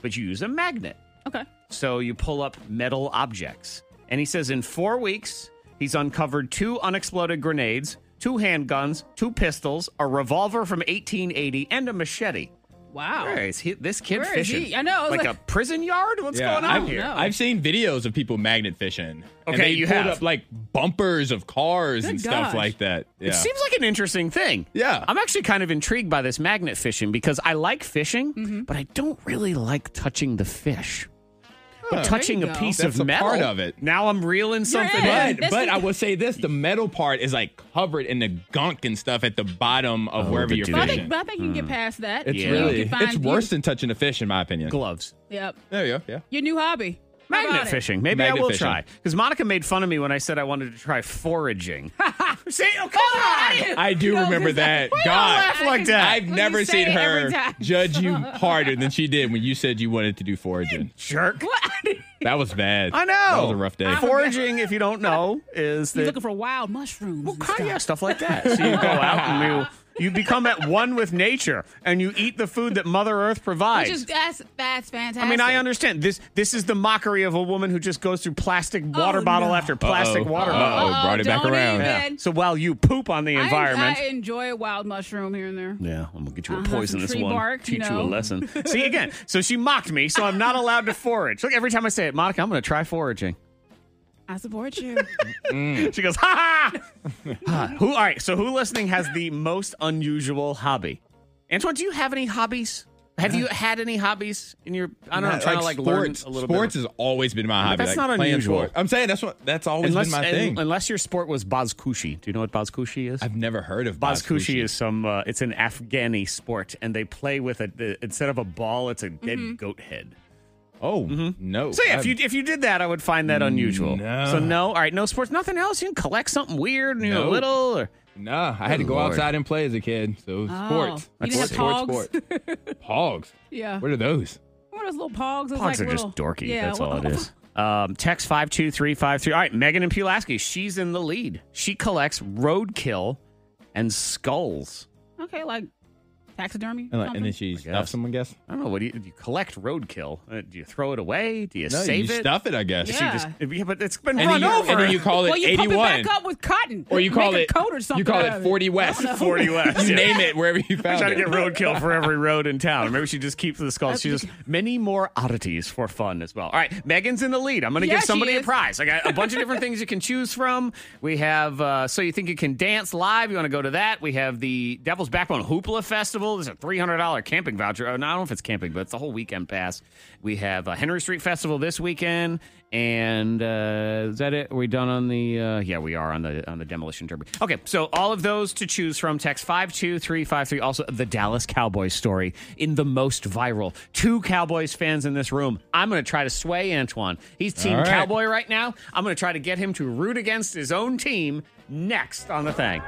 but you use a magnet.
Okay.
So you pull up metal objects. And he says in four weeks, he's uncovered two unexploded grenades, two handguns, two pistols, a revolver from 1880, and a machete.
Wow.
Where is he, this kid
Where is
fishing?
he? I know, I was
Like,
like-
a prison yard? What's
Yeah,
going on
I've,
here?
know.
I've seen videos of people magnet fishing. and
Okay,
they
you
pulled
have.
up like bumpers of cars
Good
and
gosh.
stuff like that. Yeah.
It seems like an interesting thing.
Yeah.
I'm actually kind of intrigued by this magnet
Mm-hmm.
fishing because I like fishing, but I don't really like touching the fish.
Oh,
but touching a piece
That's
of
a
metal.
part of it.
Now I'm reeling something in.
But, but I will say this: the metal part is like covered in the gunk and stuff at the bottom of wherever
the
you're
dude.
But I
fishing.
think, but I think you can
Hmm.
get past that.
It's
You
really
can find
it's worse than touching a fish, in my opinion.
Gloves.
Yep.
There you go. Yeah.
Your new hobby. (laughs) How about
Magnet
it?
fishing. Maybe
Magnet
I will
fishing.
try. Because Monica made fun of me when I said I wanted to try
(laughs)
foraging. (laughs) See, oh, come on! (laughs)
I do remember that.
Why y'all
God,
laugh like that?
I've
When
never
you say
seen
it every
her
time. (laughs)
judge you harder than she did when you said you wanted to do foraging.
Jerk.
That was bad.
I know.
That was a rough day.
Foraging, if you don't know, is
You're
that
looking for wild mushrooms. and stuff.
yeah, stuff like that. So you go out and you you become at one with nature and you eat the food that Mother Earth provides.
Which is that's that's fantastic.
I mean, I understand this. This is the mockery of a woman who just goes through plastic water
Oh,
bottle after plastic
Uh-oh.
water
Uh-oh.
bottle.
Brought it back
don't
around.
Yeah.
even.
So while you poop on the
Oh, I-
environment,
I, enjoy a wild mushroom here and there.
yeah, I'm gonna get you a
Uh-huh, some
poisonous
tree
one.
bark, you
teach you,
know.
a
(laughs)
lesson. See again. So she mocked me, so I'm not allowed to forage. Look, every time I say it, Monica, I'm gonna try foraging.
I
(laughs)
support you. (laughs)
She goes, ha ha! ha. Who? All right. So who listening has the most unusual hobby? Antoine, do you have any hobbies? Have you had any hobbies in your? I don't know.
Not-
Trying to like learn
sports,
a little
sports
bit.
has always been my hobby.
that's
like,
not
playing
unusual.
sports. I'm saying that's what that's always
unless,
been my
un-
thing.
unless your sport was bazkushi. Do you know what bazkushi is?
I've never heard of
Bazkushi
Bazkushi.
is some. Uh, it's an Afghani sport, and they play with a the, instead of a ball, it's a dead
Mm-hmm.
goat head.
Oh no!
So yeah, if you if you did that, I would find that unusual.
No.
So no, all right, no sports, nothing else. You can collect something weird, you know,
No.
little. Or,
Nah, I had to
Good
go
Lord.
outside and play as a kid. So
Oh,
sports,
you didn't
sports,
have
sports, sports. Pogs.
yeah.
What are those?
What are those little pogs? Those
Pogs
like
are
little,
just dorky.
Yeah,
That's
well-
all it
(laughs)
is. Um, text 52353. All right, Megan and Pulaski, she's in the lead. She collects roadkill and skulls.
Okay, like taxidermy.
And, like, and then
something?
she
guess.
stuffs them. I guess.
I don't know. What do you, do you collect roadkill? Uh, Do you throw it away? Do you
No,
save
you
it?
stuff it. I guess.
She just, yeah, but it's been
And
run
then you-
over. (laughs)
and then you call it
well, you pump it
81.
back up with cotton,
Or you call
Make
it
a coat or something.
You call
out
it
of
40 (laughs) West.
40 West.
You
yeah.
name it wherever you
(laughs)
found
Try to
it.
get roadkill for every road in town. Maybe she just keeps the skulls. She just many more oddities for fun as well. All right, Megan's in the lead. I'm going to
Yeah,
give
she
somebody a
is.
prize. I got a bunch of different things you can choose from. We have uh, so you think you can dance live. You want to go to that? We have the Devil's Backbone Hoopla Festival. There's a $300 camping voucher. Oh, no, I don't know if it's camping, but it's a whole weekend pass. We have a Henry Street Festival this weekend. And uh, is that it? Are we done on the? Uh, yeah, we are on the on the demolition derby. Okay, so all of those to choose from. Text five two three five three. Also, the Dallas Cowboys story in the most viral. Two Cowboys fans in this room. I'm going to try to sway Antoine. He's team
All right.
Cowboy right now. I'm going to try to get him to root against his own team next on the thing.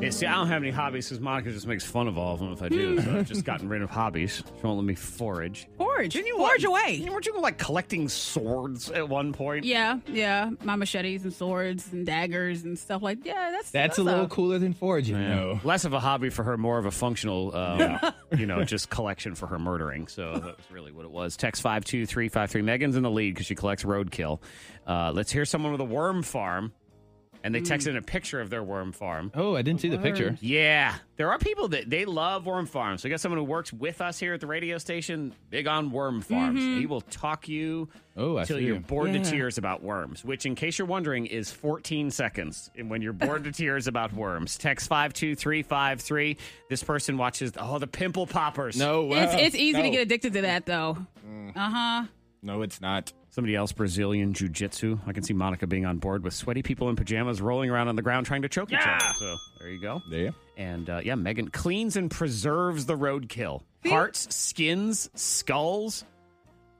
Yeah, see, I don't have any hobbies because Monica just makes fun of all of them if I do. so I've just gotten rid of hobbies. She won't let me forage.
Forge.
Didn't you
forge
like-
away.
Weren't you like collecting swords at one point?
Yeah, yeah. My machetes and swords and daggers and stuff like yeah. That's
That's a little cooler than foraging. No.
Less of a hobby for her, more of a functional, um, you know, just collection for her murdering. So that was really what it was. Text 52353. Megan's in the lead because she collects roadkill. Uh, let's hear someone with a worm farm. And they text in a picture of their worm farm.
Oh, I didn't see the picture.
Yeah, there are people that they love worm farms. We got someone who works with us here at the radio station, big on worm farms. He will talk you
Mm-hmm. Oh, I
until
see.
you're bored
Yeah.
to tears about worms, which, in case you're wondering, is 14 seconds. And when you're bored to tears about worms, text 52353. This person watches, oh, the pimple poppers.
No, wow. Mm.
It's, it's easy to
No.
get addicted to that though. Uh huh.
No, it's not.
Somebody else, Brazilian Jiu Jitsu. I can see Monica being on board with sweaty people in pajamas rolling around on the ground trying to choke each other. So there you go.
There. you go.
And uh, yeah, Megan cleans and preserves the roadkill hearts, skins, skulls.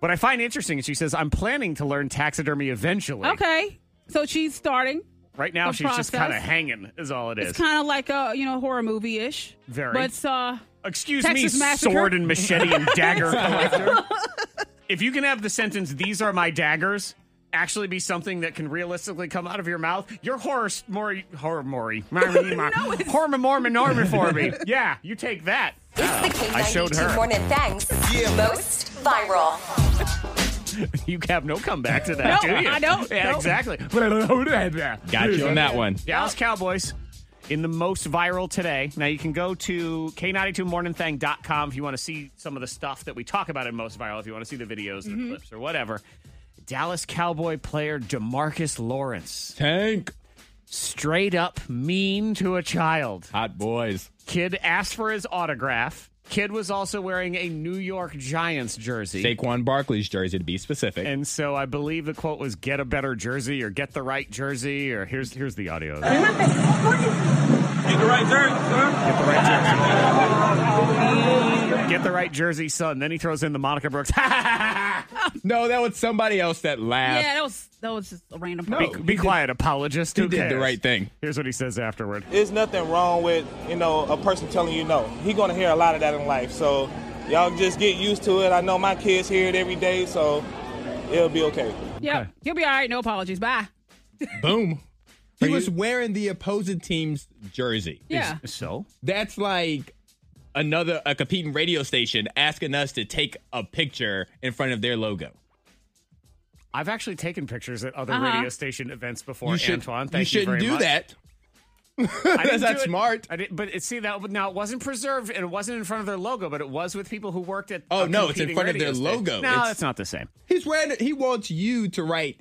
What I find interesting is she says, I'm planning to learn taxidermy eventually.
Okay. So she's starting.
Right now,
The
she's just
process.
kind of hanging, is all it is.
It's kind of like a you know horror movie ish.
Very.
But it's, uh,
Excuse
Texas
me,
Massacre.
sword and machete and
(laughs)
dagger collector. if you can have the sentence, these are my daggers, actually be something that can realistically come out of your mouth, your horror mori horror mori.
(laughs)
Horror mormon norman for me. Yeah, you take that.
It's the
Ah, I showed
K92
her.
Morning Thanks most viral.
You have no comeback to that, do
No,
you?
I don't.
Yeah,
Nope.
exactly.
Got you on that one.
Dallas Cowboys in the most viral today. Now you can go to K92morningthang.com if you want to see some of the stuff that we talk about in most viral, if you want to see the videos and
Mm-hmm.
the clips or whatever. Dallas Cowboy player Demarcus Lawrence
Tank.
straight up mean to a child.
Hot boys.
Kid asked for his autograph. Kid was also wearing a New York Giants jersey.
Saquon Barkley's jersey, to be specific.
And so I believe the quote was get a better jersey or get the right jersey or here's here's the audio.
Get the right jersey, sir.
Get the right jersey. Get the right jersey, son. Then he throws in the Monica Brooks. (laughs)
Oh, no, that was somebody else that laughed.
Yeah, that was that was just a random.
be be quiet, apologist. Who
he did the
cares?
right thing.
Here's what he says afterward.
There's nothing wrong with, you know, a person telling you no. He gonna hear a lot of that in life. So y'all just get used to it. I know my kids hear it every day, so it'll be okay.
Yep, you'll be all right. No apologies. Bye.
Boom. He was wearing the opposing team's jersey.
Yeah.
So
that's like another a competing radio station asking us to take a picture in front of their logo.
I've actually taken pictures at other
Uh-huh.
radio station events before,
You should-
Antoine.
you
Thank you,
shouldn't
very
do
much.
that. (laughs)
I didn't
That's
do it.
smart.
I didn't, but it, see that would- now it wasn't preserved and it wasn't in front of their logo, but it was with people who worked at.
Oh
a
no, it's in
competing
front of
radio
their
station.
logo.
No, it's, not the same.
He's wearing it. He wants you to write.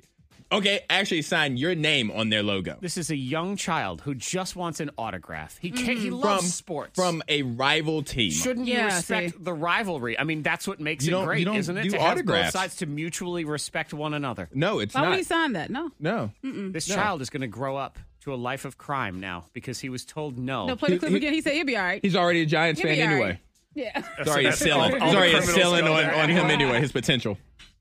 Okay, actually sign your name on their logo.
This is a young child who just wants an autograph. He can, he
Mm.
loves
From-
sports.
From a rival team.
Shouldn't you respect the rivalry? I mean, that's what makes it
You don't-
great,
you don't
isn't it?
do
to have both
autographs.
sides to mutually respect one another.
No, it's
Why
not.
would he sign Hmm. that? No.
Mm, No.
This
No.
child is going to grow up to a life of crime now because he was told no.
No, play the clip again. He said he'll be all right.
He's already a Giants
He'll
fan
be all
anyway.
right.
(laughs)
Yeah.
Sorry, you're
that's all-
selling.
all the
Sorry, you're
criminals
selling
go
on,
there
on him
anyway.
anyway. His potential.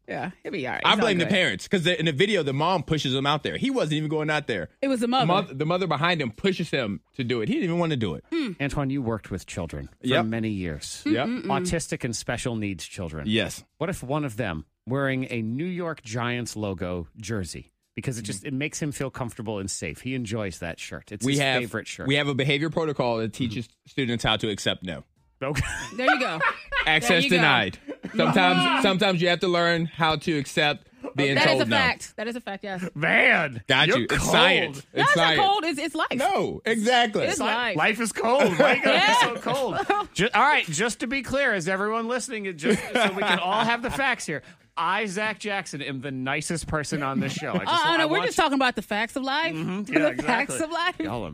Yeah, he'll be all right.
I
It's all
blame the
good.
parents because in the video, the mom pushes him out there. He wasn't even going out there.
It was the mother.
the mother behind him pushes him to do it. He didn't even want to do it.
Hmm.
Antoine, you worked with children for
Yep.
many years. Mm-hmm.
Yep.
Hmm.
Mm-mm-mm.
Autistic and special needs children.
Yes.
What if one of them wearing a New York Giants logo jersey? Because it
Mm.
just it makes him feel comfortable and safe. He enjoys that shirt. It's his favorite shirt.
We have a behavior protocol
Hmm.
that teaches students how to accept no.
Okay.
There you go. There
Access
you go. (laughs)
denied. Sometimes, sometimes you have to learn how to accept (laughs) being
That
told
is a
no.
fact. That is a fact. Yes.
(laughs) Man,
Got
you're
you. It's
cold.
science.
No,
It's
it's not
science.
cold. It's, it's life.
(laughs) No, exactly.
It's
Life.
life.
is cold. Why you gotta be so cold?
(laughs)
Ju- all right, just to be clear, is everyone listening? It Just so we can all have the facts here. I, Zach Jackson, am the nicest person on this show. I just,
uh, uh,
I
no, we're
want
just talking about the facts of life.
Mm-hmm.
Yeah,
(laughs) the
exactly.
facts of life.
Y'all are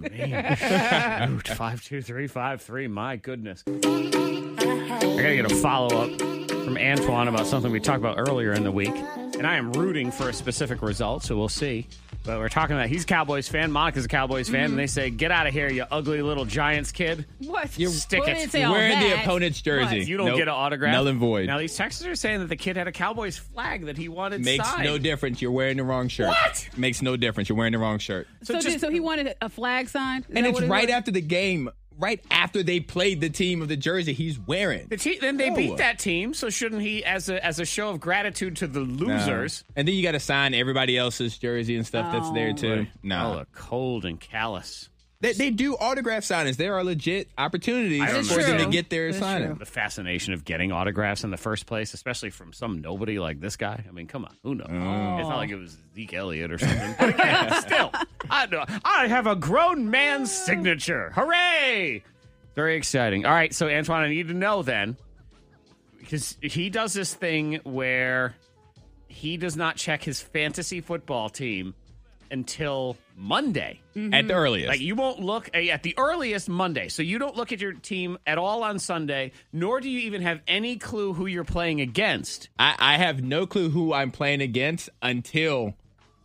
mean. Root five two three five three. My goodness. I gotta get a follow up from Antoine about something we talked about earlier in the week, and I am rooting for a specific result, so we'll see. But we're talking about he's a Cowboys fan, Monica's a Cowboys fan,
Mm-hmm.
and they say, "Get out of here, you ugly little Giants kid."
(laughs) What?
You stick
Well, we
it.
didn't say all
Wearing the
that.
opponent's jersey.
You don't
Nope.
get an autograph.
Null and void.
Now these texters are saying that the kid had a Cowboys flag that he wanted
Makes
signed.
no difference. You're wearing the wrong shirt.
What?
Makes no difference. You're wearing the wrong shirt.
So, did- so he wanted a flag sign. Is
and
that
it's
what it
right
was?
after the game, right after they played the team of the jersey he's wearing.
The te- then they
No.
beat that team, so shouldn't he, as a as a show of gratitude to the losers,
Um, And then you got to sign everybody else's jersey and stuff that's there
Oh,
too. No.
Y'all are cold and callous.
They, they do autograph signings. There are legit opportunities
I don't
for them to
understand
get their signing.
The fascination of getting autographs in the first place, especially from some nobody like this guy. I mean, come on, who knows? It's not like it was Zeke Elliott or something. But again, still, I, know- I have a grown man's signature. Hooray! Very exciting. All right, so Antoine, I need to know then, because he does this thing where he does not check his fantasy football team until Monday.
Mm-hmm.
At the earliest.
Like you won't look uh, at the earliest Monday, so you don't look at your team at all on Sunday, nor do you even have any clue who you're playing against.
I, I have no clue who I'm playing against until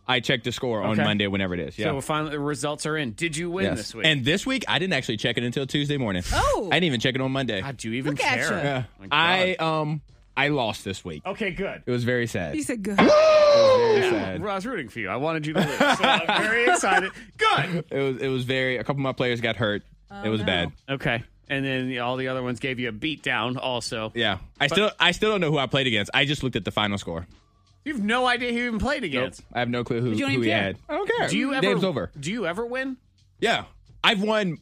I check the score on
Okay.
Monday, whenever it is. Yeah.
So we're finally, the results are in. Did you win
Yes.
this week?
And this week, I didn't actually check it until Tuesday morning.
Oh.
I didn't even check it on Monday.
God, do you even
Look at
care?
ya.
Yeah.
Oh My God. Oh.
I um I lost this week.
okay, good.
It was very sad.
He said,
(laughs)
"Good."
Very
Yeah,
sad.
I was rooting for you. I wanted you to win, so
(laughs)
I'm very excited. Good.
It was it was very. A couple of my players got hurt.
Oh,
it was bad.
Okay, and then all the other ones gave you a beat down. Also,
Yeah. I
But-
still I still don't know who I played against. I just looked at the final score.
you have no idea who you even played
Nope.
against.
I have no clue who,
You don't
who
even
he
care.
had. I don't care.
Do you ever?
Game's over.
Do you ever win?
Yeah. I've won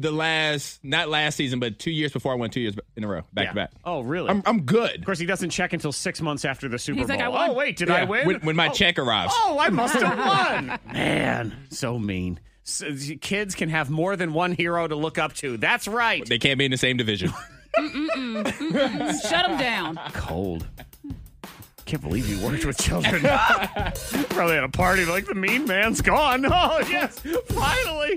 the last not last season, but two years before I won two years in a row, back
Yeah.
to back.
Oh, really?
I'm I'm good.
Of course, he doesn't check until six months after the Super
He's
Bowl.
like, "I won."
Oh, wait, did I
Yeah,
win?
When, when my
oh,
check arrives.
Oh, I must have won. Man, so mean. So, kids can have more than one hero to look up to. That's right.
They can't be in the same division.
Shut him down.
Cold. can't believe you worked with children. (laughs) Probably at a party, like the mean man's gone. (laughs) Oh yes, finally.